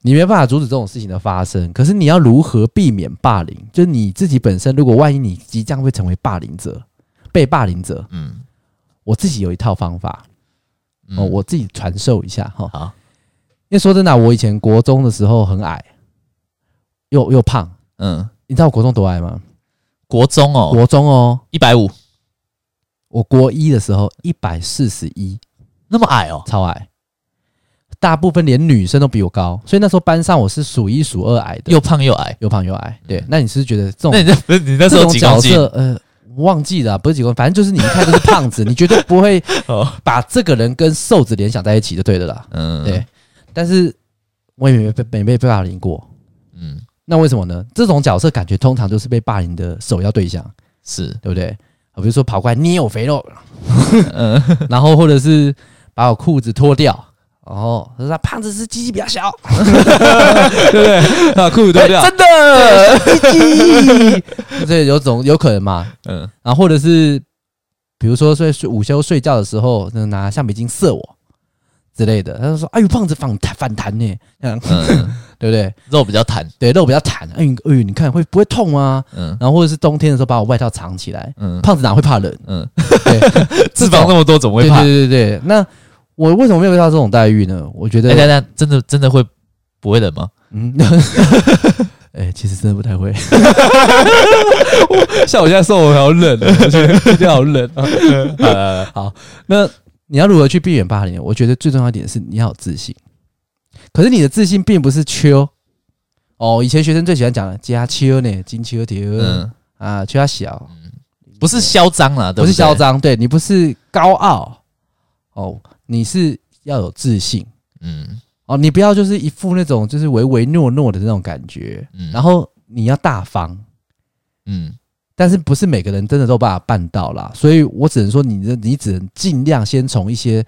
S2: 你没办法阻止这种事情的发生。可是你要如何避免霸凌？就是你自己本身，如果万一你即将会成为霸凌者、被霸凌者，
S1: 嗯，
S2: 我自己有一套方法、
S1: 嗯
S2: 哦，我自己传授一下哈。
S1: 好，
S2: 因为说真的啊、我以前国中的时候很矮，又又胖，
S1: 嗯，
S2: 你知道我国中多矮吗？
S1: 国中哦，
S2: 国中哦，
S1: 一百五
S2: 我国一的时候一百四十一，
S1: 那么矮哦，
S2: 超矮，大部分连女生都比我高，所以那时候班上我是数一数二矮的，
S1: 又胖又矮。
S2: 又胖又矮。对，那你是不是觉得这种
S1: 嗯那你那不是你那时
S2: 哦这
S1: 候
S2: 种
S1: 几公
S2: 角
S1: 斤？
S2: 色，呃，我忘记了啊、不是几公斤，反正就是你一看就是 胖子，你绝对不会
S1: 哦，
S2: 把这个人跟瘦子联想在一起就对的啦。
S1: 嗯，
S2: 对，，但是我也没被没被霸凌过，
S1: 嗯，
S2: 那为什么呢？这种角色感觉通常就是被霸凌的首要对象，
S1: 是，
S2: 对不对？啊比如说跑过来捏我肥肉，
S1: 嗯，
S2: 然后或者是把我裤子脱掉，然后他说胖子是鸡鸡比较小， 哎对不对？把裤子 脱掉，
S1: 真的，
S2: 鸡鸡，所以有种有可能嘛，
S1: 嗯
S2: 然后或者是比如说睡睡午休睡觉的时候，就拿橡皮筋射我之类的，他就说：“哎呦，胖子反弹反弹呢，这样
S1: 嗯，
S2: 对不对？
S1: 肉比较弹，
S2: 对，肉比较弹，哎呦哎呦，你看会不会痛啊？
S1: 嗯
S2: 然后或者是冬天的时候把我外套藏起来，
S1: 嗯，
S2: 胖子哪会怕冷？
S1: 嗯，
S2: 对，
S1: 脂肪那么多，怎么会
S2: 对
S1: 怕？
S2: 对对对，那我为什么没有遇到这种待遇呢？我觉得
S1: 哎，，等等，真的真的会不会冷吗？
S2: 嗯， 哎、其实真的不 太会。 像我现在瘦，我好冷，我觉得好冷啊。
S1: 呃，
S2: 好，那你要如何去避免霸凌？我觉得最重要一点是你要有自信。可是你的自信并不是缺哦，以前学生最喜欢讲的加缺呢，金缺铁
S1: 嗯，
S2: 啊，缺他小，
S1: 不是嚣张啦，对对
S2: 不是嚣，张，对你不是高傲哦，你是要有自信
S1: 嗯
S2: 哦，你不要就是一副那种就是唯唯诺诺的那种感觉，
S1: 嗯，
S2: 然后你要大方，
S1: 嗯
S2: 但是不是每个人真的都有办法办到啦，所以我只能说你这你只能尽量先从一些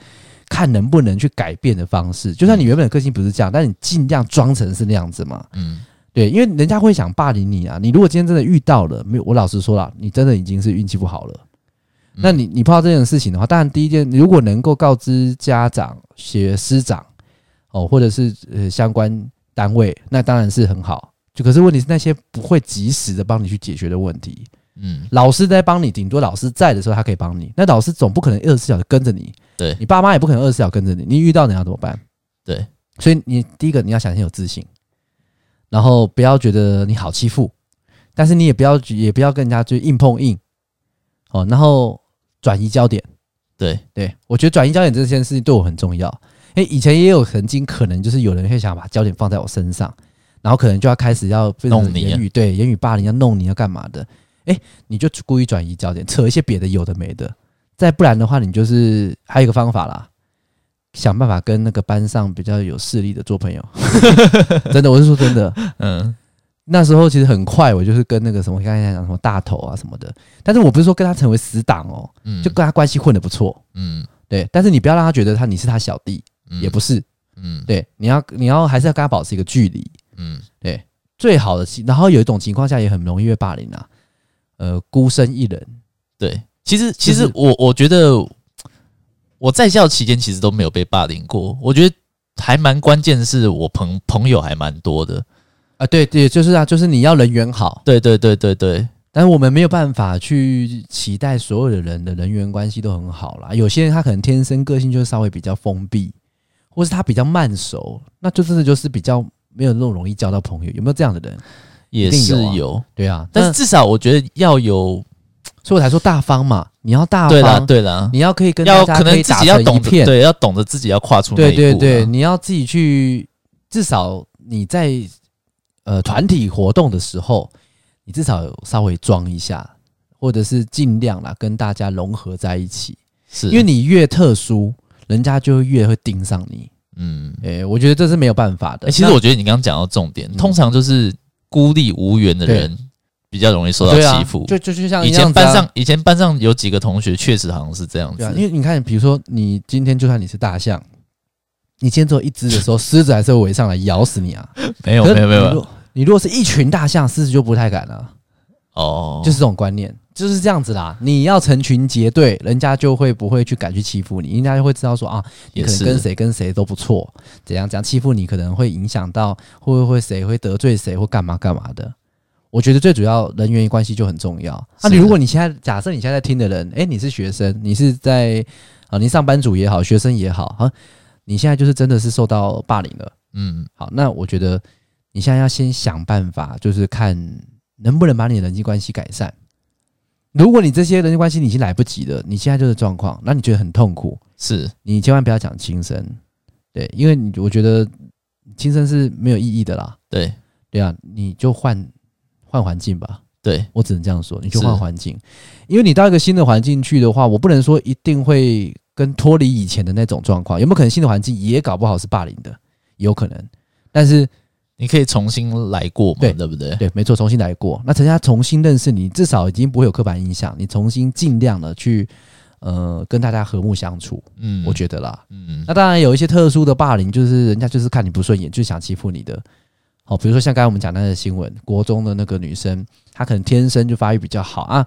S2: 看能不能去改变的方式，就算你原本的个性不是这样，但你尽量装成是那样子嘛。
S1: 嗯
S2: 对，因为人家会想霸凌你啊。你如果今天真的遇到了，没有，我老实说啦，你真的已经是运气不好了。
S1: 嗯
S2: 那你你碰到这件事情的话，当然第一件，你如果能够告知家长、学师长哦，或者是呃相关单位，那当然是很好。就可是问题是那些不会及时的帮你去解决的问题，
S1: 嗯
S2: 老师在帮你，顶多老师在的时候他可以帮你。那老师总不可能二十四小时跟着你，
S1: 对
S2: 你爸妈也不可能二十四小时跟着你。你遇到你要怎么办？
S1: 对，
S2: 所以你第一个你要想先有自信，然后不要觉得你好欺负，但是你也不要也不要跟人家就硬碰硬，哦，然后转移焦点。
S1: 对
S2: 对我觉得转移焦点这件事情对我很重要，因为以前也有曾经可能就是有人会想把焦点放在我身上，然后可能就要开始要变成
S1: 弄你啊
S2: 言语对言语霸凌要弄你要干嘛的，哎，你就故意转移焦点，扯一些别的有的没的，再不然的话，你就是还有一个方法啦。想办法跟那个班上比较有势力的做朋友， 真的，我是说真的，
S1: 嗯
S2: 那时候其实很快，我就是跟那个什么刚才讲什么大头啊什么的，但是我不是说跟他成为死党哦，
S1: 嗯，
S2: 就跟他关系混得不错，
S1: 嗯
S2: 对，但是你不要让他觉得他你是他小弟，
S1: 嗯
S2: 也不是，
S1: 嗯
S2: 对，你要你要还是要跟他保持一个距离，
S1: 嗯
S2: 最好的情，然后有一种情况下也很容易被霸凌啊，呃，孤身一人，
S1: 对，其实其
S2: 就
S1: 实
S2: 是
S1: 我我觉得我在校期间其实都没有被霸凌过，我觉得还蛮关键的是我朋朋友还蛮多的，
S2: 啊，对对，就是啊，就是你要人缘好，
S1: 对对对对对，
S2: 但是我们没有办法去期待所有的人的人缘关系都很好啦，有些人他可能天生个性就是稍微比较封闭，或是他比较慢熟，那就真的就是比较没有那么容易交到朋友，有没有这样的人？
S1: 也
S2: 一定
S1: 是
S2: 有啊对啊，
S1: 但
S2: 但
S1: 是
S2: 是
S1: 至少我觉得要有，
S2: 所以我才说大方嘛，你要大方，
S1: 对啦对啦，
S2: 你要可以跟
S1: 要
S2: 大家
S1: 可能
S2: 以
S1: 自
S2: 打
S1: 己要
S2: 成一
S1: 懂
S2: 片
S1: 得，对，要懂得自己要跨出那一
S2: 对
S1: 步。
S2: 对对，，你要自己去，至少你在呃团体活动的时候，你至少有稍微装一下，或者是尽量啦跟大家融合在一起，
S1: 是
S2: 因为你越特殊，人家就越会盯上你。
S1: 嗯，
S2: 诶、我觉得这是没有办法的。
S1: 哎，其实我觉得你刚刚讲到重点，
S2: 嗯
S1: 通常就是孤立无援的人比较容易受
S2: 那
S1: 到
S2: 对啊
S1: 欺负。
S2: 就就就像
S1: 以
S2: 这
S1: 前
S2: 样子啊
S1: 班上，以前班上有几个同学确实好像是这样
S2: 对啊
S1: 子，，
S2: 因为你看，比如说你今天就算你是大象，你今天做一只的时候，狮子还是会围上来咬死你啊。
S1: 没有
S2: 可是
S1: 没有没
S2: 你
S1: 有
S2: 若你如果是一群大象，狮子就不太敢了、
S1: 哦，
S2: 就是这种观念，就是这样子啦。你要成群结队，人家就会不会去敢去欺负你，人家就会知道说啊，你
S1: 也
S2: 可能
S1: 是
S2: 跟谁跟谁都不错，怎样怎样欺负你，可能会影响到会不会谁会得罪谁或干嘛干嘛的。我觉得最主要人员关系就很重要。那、
S1: 是啊
S2: 你如果你现在假设你现在在听的人，诶，你是学生，你是在啊，你上班族也好，学生也好，啊，你现在就是真的是受到霸凌了。
S1: 嗯
S2: 好，那我觉得你现在要先想办法，就是看能不能把你的人际关系改善。如果你这些人际关系你已经来不及了，你现在就是状况，那你觉得很痛苦，
S1: 是
S2: 你千万不要讲轻生，对，因为你我觉得轻生是没有意义的啦，
S1: 对
S2: 对啊，你就换换环境吧，
S1: 对
S2: 我只能这样说，你就是换环境，因为你到一个新的环境去的话，我不能说一定会跟脱离以前的那种状况，有没有可能新的环境也搞不好是霸凌的，有可能，但是
S1: 你可以重新来过嘛，
S2: 对
S1: 对不对？
S2: 对，没错，重新来过。那人家重新认识你，至少已经不会有刻板印象。你重新尽量的去，呃，跟大家和睦相处，
S1: 嗯，
S2: 我觉得啦。
S1: 嗯
S2: 那当然有一些特殊的霸凌，就是人家就是看你不顺眼，就是想欺负你的。好、比如说像刚才我们讲那个新闻，国中的那个女生，她可能天生就发育比较好啊，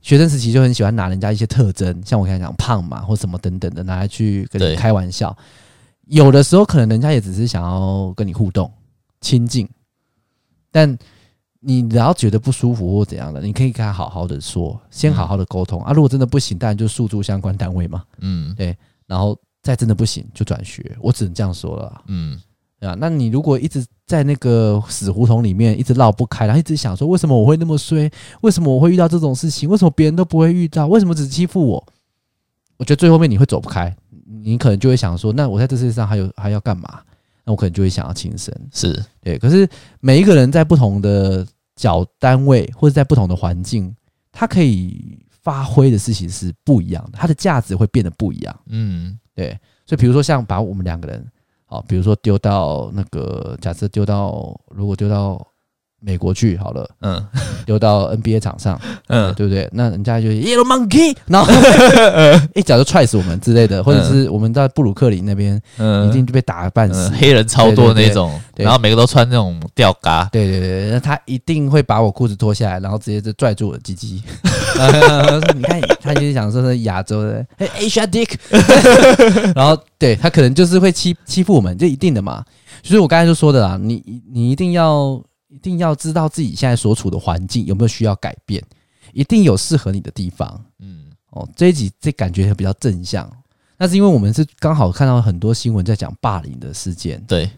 S2: 学生时期就很喜欢拿人家一些特征，像我刚才讲胖嘛或什么等等的，拿来去跟你
S1: 对
S2: 开玩笑。有的时候可能人家也只是想要跟你互动、亲近，但你只要觉得不舒服或怎样的，你可以跟他好好的说，先好好的沟通、啊。如果真的不行，当然就诉诸相关单位嘛，
S1: 嗯
S2: 然后再真的不行就转学。我只能这样说了啊。
S1: 嗯
S2: 对啊，那你如果一直在那个死胡同里面一直绕不开，然后一直想说为什么我会那么衰，为什么我会遇到这种事情，为什么别人都不会遇到，为什么只欺负我？我觉得最后面你会走不开，你可能就会想说，那我在这世界上还有还要干嘛？那我可能就会想要轻生。
S1: 是
S2: 对，可是每一个人在不同的角单位或者在不同的环境，他可以发挥的事情是不一样的，他的价值会变得不一样。
S1: 嗯
S2: 对，所以比如说像把我们两个人，好，比如说丢到那个假设丢到如果丢到美国去好了，
S1: 嗯
S2: 丢到 NBA 场上，
S1: 嗯
S2: 对不对？那人家就 Yellow Monkey，然后一脚就踹死我们之类的，或者是我们到布鲁克林那边
S1: 嗯，
S2: 一定就被打半死
S1: 嗯。黑人超多那种，
S2: 对对
S1: 然后每个都穿那种吊嘎，
S2: 对对对，那他一定会把我裤子脱下来，然后直接就拽住我的鸡鸡。呃你看，他就是想说是亚洲的嘿 Asia Dick，然后对他可能就是会欺欺负我们，这一定的嘛。所以我刚才就说的啦，你你一定要一定要知道自己现在所处的环境有没有需要改变，一定有适合你的地方。
S1: 嗯
S2: 哦，这一集这感觉比较正向，那是因为我们是刚好看到很多新闻在讲霸凌的事件，
S1: 对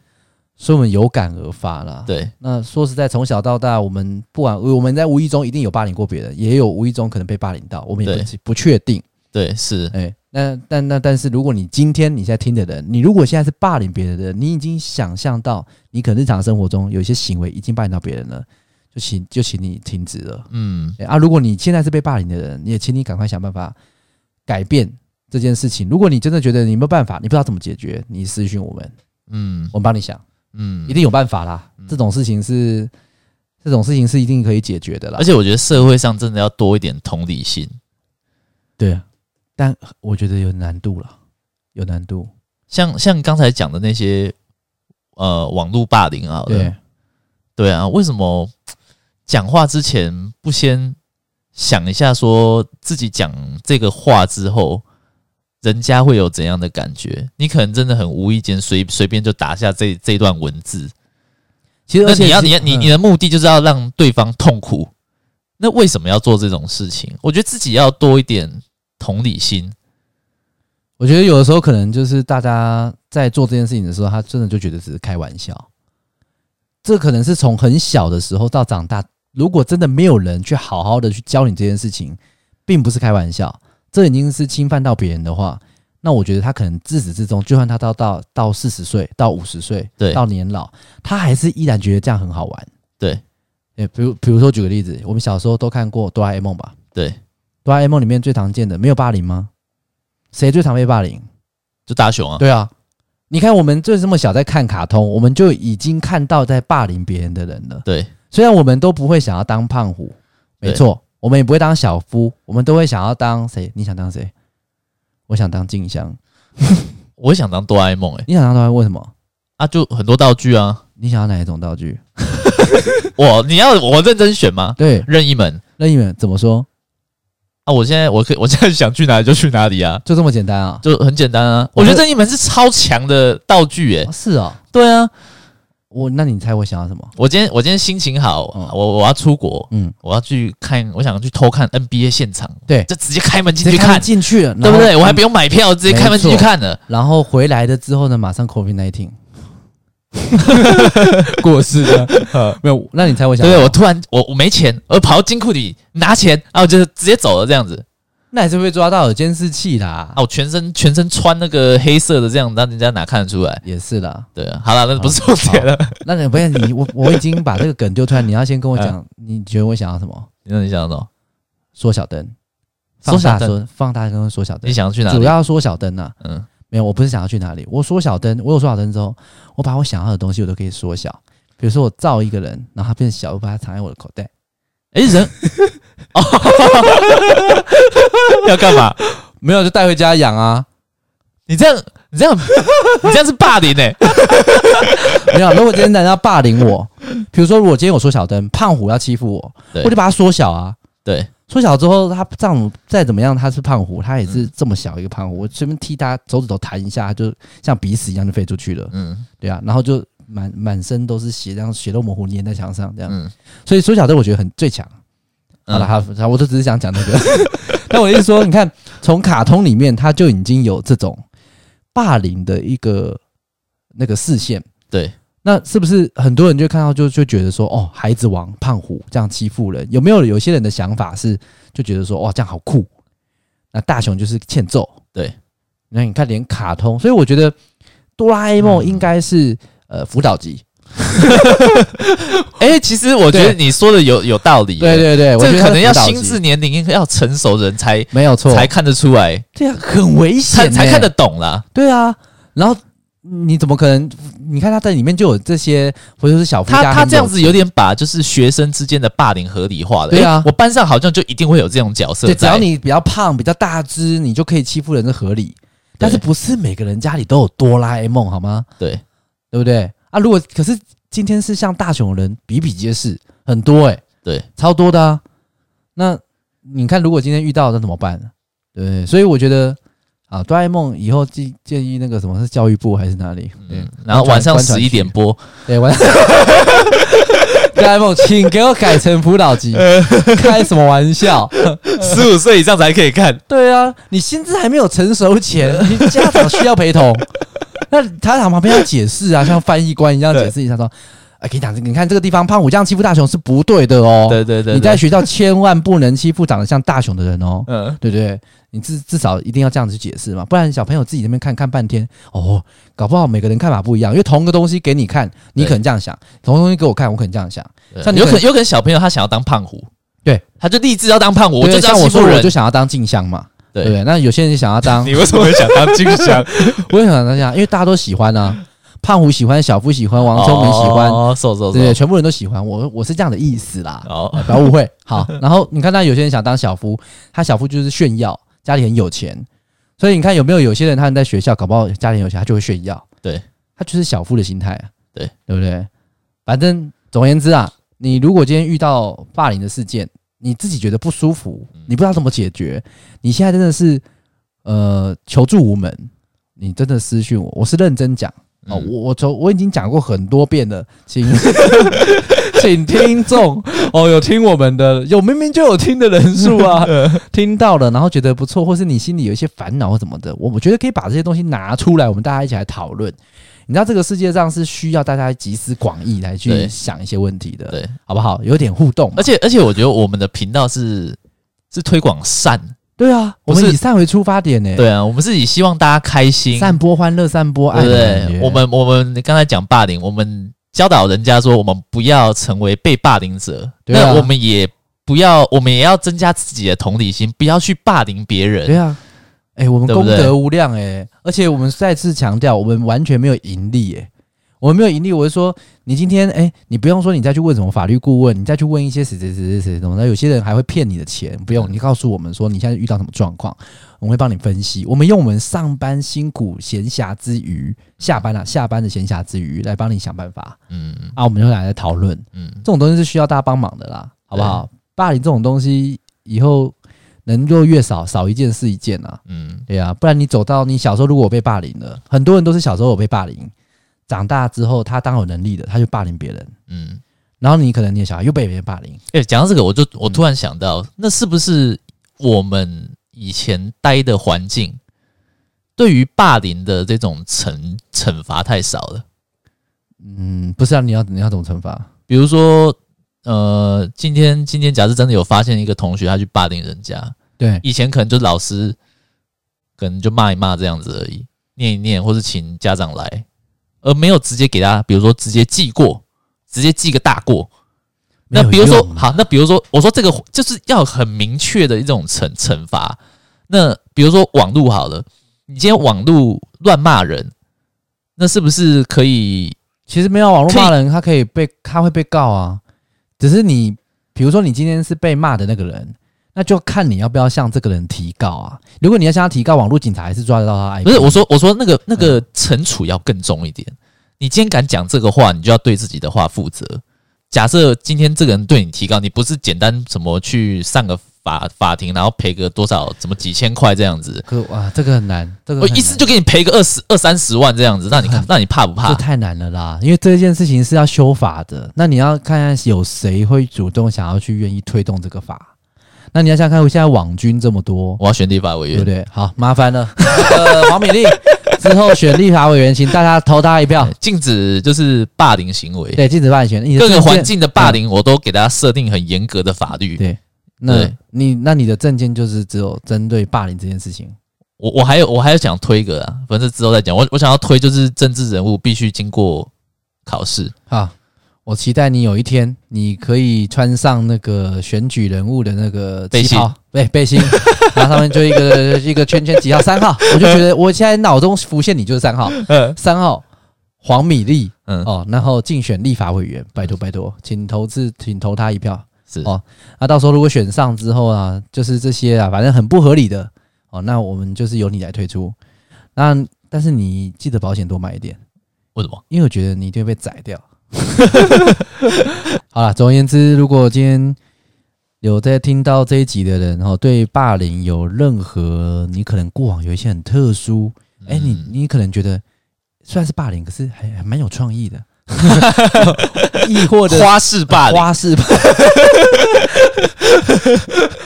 S2: 所以我们有感而发啦。
S1: 对，
S2: 那说实在，从小到大，我们不管我们在无意中一定有霸凌过别人，也有无意中可能被霸凌到，我们也不
S1: 对
S2: 知不确定。
S1: 对是，
S2: 哎、那但那但是，如果你今天你在听的人，你如果现在是霸凌别人的人，你已经想象到你可能日常生活中有一些行为已经霸凌到别人了，就请就请你停止了。
S1: 嗯
S2: 哎啊，如果你现在是被霸凌的人，你也请你赶快想办法改变这件事情。如果你真的觉得你没有办法，你不知道怎么解决，你私讯我们，
S1: 嗯
S2: 我们帮你想。
S1: 嗯
S2: 一，定有办法啦。这种事情是这种事情是一定可以解决的啦。
S1: 而且我觉得社会上真的要多一点同理心，
S2: 对啊，但我觉得有难度了，有难度。
S1: 像像刚才讲的那些呃网络霸凌啊，
S2: 对，
S1: 对啊，为什么讲话之前不先想一下，说自己讲这个话之后，人家会有怎样的感觉？你可能真的很无意间随随便就打下这这段文字，
S2: 其实
S1: 那
S2: 而且
S1: 你要
S2: 是
S1: 你要你
S2: 嗯
S1: 你的目的就是要让对方痛苦，那为什么要做这种事情？我觉得自己要多一点同理心，
S2: 我觉得有的时候可能就是大家在做这件事情的时候，他真的就觉得只是开玩笑。这可能是从很小的时候到长大，如果真的没有人去好好的去教你这件事情，并不是开玩笑，这已经是侵犯到别人的话，那我觉得他可能自始至终，就算他到到到四十岁、到五十岁、
S1: 对
S2: 到年老，他还是依然觉得这样很好玩。
S1: 对，
S2: 对，比如比如说举个例子，我们小时候都看过《哆啦 A 梦》吧？
S1: 对，
S2: 哆啦 A 梦里面最常见的没有霸凌吗？谁最常被霸凌？
S1: 就大雄啊，
S2: 对啊，你看我们就这么小在看卡通，我们就已经看到在霸凌别人的人了。
S1: 对
S2: 虽然我们都不会想要当胖虎，没
S1: 对
S2: 错，我们也不会当小夫，我们都会想要当谁？你想当谁？我想当静香，
S1: 我也想当哆啦 A 梦哎、
S2: 你想当哆啦 A 梦为什么？
S1: 啊，就很多道具啊，
S2: 你想要哪一种道具？
S1: 我你要我认真选吗？
S2: 对，
S1: 任意门。
S2: 任意门怎么说？
S1: 啊，我现在我可以 我现在想去哪里就去哪里啊，
S2: 就这么简单啊？
S1: 就很简单啊。
S2: 我
S1: 我
S2: 觉
S1: 觉
S2: 得
S1: 得任意门是超强的道具欸诶、
S2: 哦是哦，
S1: 对啊，
S2: 我那你猜我想要什么？
S1: 我今天我今天心情好，
S2: 嗯
S1: 我我要出国，
S2: 嗯，
S1: 我要去看，我想去偷看 NBA 现场，
S2: 对
S1: 就直接开门进
S2: 直
S1: 去
S2: 接看
S1: 看，
S2: 进去了，
S1: 对不
S2: 然
S1: 对？
S2: 后嗯
S1: 我还不用买票，直接开门进去看了。
S2: 然后回来了之后呢，马上 COVID nineteen 过世的，没有？那你猜我想
S1: 对
S2: 要
S1: 不对？
S2: 什么？
S1: 我突然我我没钱，我跑到金库里拿钱，然后我就直接走了这样子。
S2: 那还是被抓到有监视器啦
S1: 啊，，我全身全身穿那个黑色的这样，让人家哪看得出来？
S2: 也是啦。
S1: 对啊，好了，那不是重点了。
S2: 那你不 要你我我已经把这个梗丢出来，你要先跟我讲，
S1: 嗯
S2: 你觉得我想要什么？
S1: 那你想什么？
S2: 缩小灯，
S1: 缩小灯
S2: 放大缩放大跟缩小灯
S1: 你，想要去哪
S2: 主
S1: 里？
S2: 要要缩小灯啊。
S1: 嗯，
S2: 没有，我不是想要去哪里，我缩小灯，我有缩小灯之后，我把我想要的东西我都可以缩小。比如说我造一个人，然后他变小，我把它藏在我的口袋，
S1: 哎、人 哦，要干嘛？
S2: 没有就带回家养啊。
S1: 你这样，你这样，你这样是霸凌哎、
S2: 没有，如果今天人家霸凌我，比如说我今天我缩小灯，胖虎要欺负我，
S1: 对
S2: 我就把它缩小啊。
S1: 对，
S2: 缩小之后，他丈母再怎么样，他是胖虎，他也是这么小一个胖虎，我随便踢他手指头弹一下，他就像鼻屎一样就飞出去了，
S1: 嗯
S2: 对啊，然后就满满身都是血，这样血肉模糊粘在墙上这样。
S1: 嗯，
S2: 所以缩小灯我觉得很最强。好了，
S1: 嗯
S2: 好，好我就只是想讲这个。 但我的意思说，你看，从卡通里面，它就已经有这种霸凌的一个那个视线。
S1: 对，
S2: 那是不是很多人就看到就就觉得说，哦，孩子王、哦胖虎这样欺负人？有没有有些人的想法是就觉得说，哇，这样好酷？那大雄就是欠揍。
S1: 对，
S2: 那你看连卡通，所以我觉得哆啦 A 梦
S1: 嗯
S2: 应该是、呃辅导级。
S1: 哎、其实我觉得
S2: 对
S1: 你说的有有道理。
S2: 对，对对，我
S1: 这
S2: 觉得
S1: 个
S2: 它
S1: 可能要
S2: 辅导级
S1: 心智年龄要成熟人才
S2: 没有错，
S1: 才看得出来，
S2: 对啊，很危
S1: 才
S2: 险欸、
S1: 才看得懂啦。
S2: 对啊，然后你怎么可能？你看他在里面就有这些，或者是小夫
S1: 他
S2: 家
S1: 他
S2: 很
S1: 这样
S2: 有
S1: 子有点把就是学生之间的霸凌合理化了。
S2: 对啊
S1: 诶我班上好像就一定会有这种角色
S2: 对，
S1: 在。
S2: 只要你比较胖、比较大只，你就可以欺负人，这合理。但是不是每个人家里都有哆啦 A 梦好吗？
S1: 对，
S2: 对不对啊？如果可是今天是像大雄的人比比皆是，很多哎、
S1: 对，
S2: 超多的啊。那你看，如果今天遇到那怎么办？对不对，所以我觉得啊，哆啦 A 梦以后建建议那个什么是教育部还是哪里？
S1: 嗯，然后晚上十一点播，
S2: 对，完。 哆啦 A 梦，请给我改成辅导 级，
S1: 嗯
S2: 开什么玩笑？
S1: 十五岁以上才可以看。
S2: 对啊，你心智还没有成熟前，
S1: 嗯
S2: 你家长需要陪同。 那他长旁边要解释啊，像翻译官一样解释一下说：“啊，跟你讲，你看这个地方胖虎这样欺负大雄是不对的哦。
S1: 对对对，
S2: 你在
S1: 对
S2: 学校千万不能欺负长得像大雄的人哦，
S1: 嗯，
S2: 对不对？你至至少一定要这样子去解释嘛，不然小朋友自己那边看看半天，哦，搞不好每个人看法不一样，因为同一个东西给你看，你
S1: 对
S2: 可能这样想；同一个东西给我看，我可能这样想。
S1: 对
S2: 像你
S1: 有可
S2: 可
S1: 能有可能小朋友他想要当胖虎，
S2: 对，
S1: 他就立志要当胖虎，我就
S2: 对
S1: 知道
S2: 像我
S1: 欺
S2: 说，
S1: 负
S2: 我就
S1: 人。
S2: 想要当静香嘛，对
S1: 对
S2: 不对？那有些人想 要当
S1: 为什么会想当金 香？
S2: 我也想当家，因为大家都喜欢啊，胖虎喜欢，小夫喜欢，王聪明喜欢，
S1: 哦，瘦瘦
S2: 对，
S1: 瘦。
S2: 全部人都喜欢。我我是这样的意思啦，
S1: 哦，
S2: 不要误会。好，然后你看，那有些人想当小夫，他小夫就是炫耀家里很有钱，所以你看有没有有些人他们在学校搞不好家里很有钱，他就会炫耀，
S1: 对
S2: 他就是小夫的心态啊，
S1: 对
S2: 对不对？反正总而言之啊，你如果今天遇到霸凌的事件，你自己觉得不舒服，
S1: 嗯
S2: 你不知道怎么解决，你现在真的是呃求助无门，你真的私讯我，我是认真讲。哦，
S1: 嗯
S2: 我我从我已经讲过很多遍了，请 请听众哦，有听我们的，有明明就有听的人数 啊，
S1: 嗯
S2: 听到了，然后觉得不错，或是你心里有一些烦恼或什么的，我我觉得可以把这些东西拿出来，我们大家一起来讨论。你知道这个世界上是需要大家集思广益来去
S1: 对
S2: 想一些问题的，
S1: 对，
S2: 好不好？有点互动嘛，
S1: 而且而且我觉得我们的频道是是推广善，
S2: 对啊，我
S1: 不
S2: 们
S1: 是
S2: 以善为出发点呢、
S1: 对啊，我们是以希望大家开心，
S2: 散播欢乐，散播爱
S1: 对不
S2: 的感觉，
S1: 对？我们我们刚才讲霸凌，我们教导人家说，我们不要成为被霸凌者，
S2: 对啊
S1: 那我们也不要，我们也要增加自己的同理心，不要去霸凌别人。
S2: 对啊，哎、我们
S1: 对不
S2: 功
S1: 对
S2: 德无量哎、而且我们再次强调，我们完全没有盈利哎、我们没有盈利。我是说，你今天哎、你不用说你再去问什么法律顾问，你再去问一些谁谁谁谁谁什么，那有些人还会骗你的钱，不
S1: 嗯
S2: 用，你告诉我们说你现在遇到什么状况，我们会帮你分析。我们用我们上班辛苦闲暇之余，下班了、下班的闲暇之余来帮你想办法
S1: 嗯
S2: 啊，我们就来来讨论。
S1: 嗯，
S2: 这种东西是需要大家帮忙的啦，好不好？霸凌这种东西以后能够越少，少一件是一件啊。
S1: 嗯，
S2: 对啊，不然你走到你小时候，如果我被霸凌了，很多人都是小时候有被霸凌，长大之后他当有能力的，他就霸凌别人，
S1: 嗯，
S2: 然后你可能你的小孩又被别人霸凌，
S1: 哎、讲到这个，我就我突然想到，那是不是我们以前待的环境，对于霸凌的这种惩惩罚太少了？
S2: 嗯，不是啊，你要你要怎么惩罚？
S1: 比如说，呃，今天今天假设真的有发现一个同学他去霸凌人家，
S2: 对，
S1: 以前可能就老师可能就骂一骂这样子而已，念一念，或是请家长来，而没有直接给他，比如说直接记过，直接记个大过。那比如说，
S2: 啊
S1: 好，那比如说，我说这个就是要很明确的一种惩惩罚。那比如说网络好了，你今天网络乱骂人，那是不是可以？
S2: 其实没有网络
S1: 可以
S2: 骂人，他可以被他会被告啊，只是你比如说你今天是被骂的那个人。那就看你要不要向这个人提告啊！如果你要向他提告，网络警察还是抓得到他的 IP。
S1: 不是我说，我说那个那
S2: 嗯
S1: 个惩处要更重一点。你今天敢讲这个话，你就要对自己的话负责。假设今天这个人对你提高，你不是简单什么去上个法法庭，然后赔个多少，怎么几千块这样子，
S2: 可哇，这个很难，这个
S1: 我
S2: 很
S1: 一次
S2: 难
S1: 就给你赔个二十二三十万这样子，那你 看，那你怕不怕
S2: 这？太难了啦，因为这件事情是要修法的。那你要看看有谁会主动想要去愿意推动这个法。那你要想想看，现在网军这么多，
S1: 我要选立法委
S2: 对不
S1: 员，
S2: 对？好，麻烦了，呃， 黄美丽之后选立法委员，请大家投他一票。
S1: 禁止就是霸凌行为，
S2: 对，禁止霸凌权，你的
S1: 各个
S2: 证件
S1: 环境的霸凌，我都给大家设定很严格的法律。
S2: 对，那
S1: 对
S2: 你那你的证件就是只有针对霸凌这件事情。
S1: 我我还有我还有想推一个啊，反正之后再讲。我我想要推就是政治人物必须经过考试，
S2: 好，啊我期待你有一天你可以穿上那个选举人物的那个
S1: 背
S2: 旗袍，对背心， 然后上面就一个 一个圈圈几号三号，我就 觉得我现在脑中浮现你就是三号，
S1: 嗯
S2: 三号黄米粒
S1: 嗯，
S2: 哦，然后竞选立法委员，拜托拜托，请投资，请投他一票。
S1: 是
S2: 哦那到时候如果选上之后啊，就是这些啊，反正很不合理的哦，那我们就是由你来退出。那但是你记得保险多买一点。
S1: 为什么？
S2: 因为我觉得你一定会被宰掉。 好了，总而言之，如果今天有在听到这一集的人，哦，对霸凌有任何你可能过往有一些很特殊，哎、你
S1: 嗯
S2: 你可能觉得虽然是霸凌，可是还还蛮有创意的，亦或者
S1: 花式霸凌
S2: 花式 吧。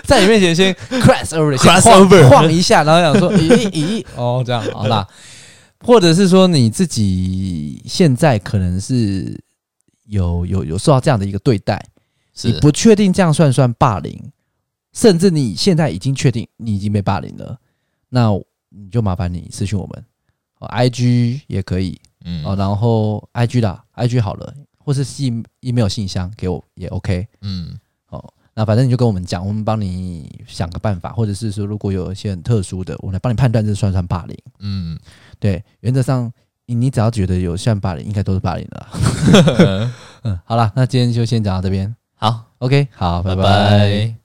S2: 在你面前先 crash over，先
S1: Cross
S2: 晃
S1: over
S2: 晃一下，然后想说，咦咦，哦，这样好啦。或者是说你自己现在可能是有有有受到这样的一个对待，你
S1: 是
S2: 不确定这样算不算霸凌，甚至你现在已经确定你已经被霸凌了，那你就麻烦你私讯我们、哦、，IG 也可以，
S1: 嗯
S2: 哦，然后 IG 啦，IG 好了，或是信 email 信箱给我也 OK
S1: 嗯
S2: 哦。那反正你就跟我们讲，我们帮你想个办法，或者是说如果有一些很特殊的，我来帮你判断这算不算霸凌。
S1: 嗯，
S2: 对，原则上你你只要觉得有像霸凌，应该都是霸凌的 啦。嗯，好了，那今天就先讲到这边。
S1: 好，
S2: OK，好，
S1: 拜
S2: 拜拜
S1: 拜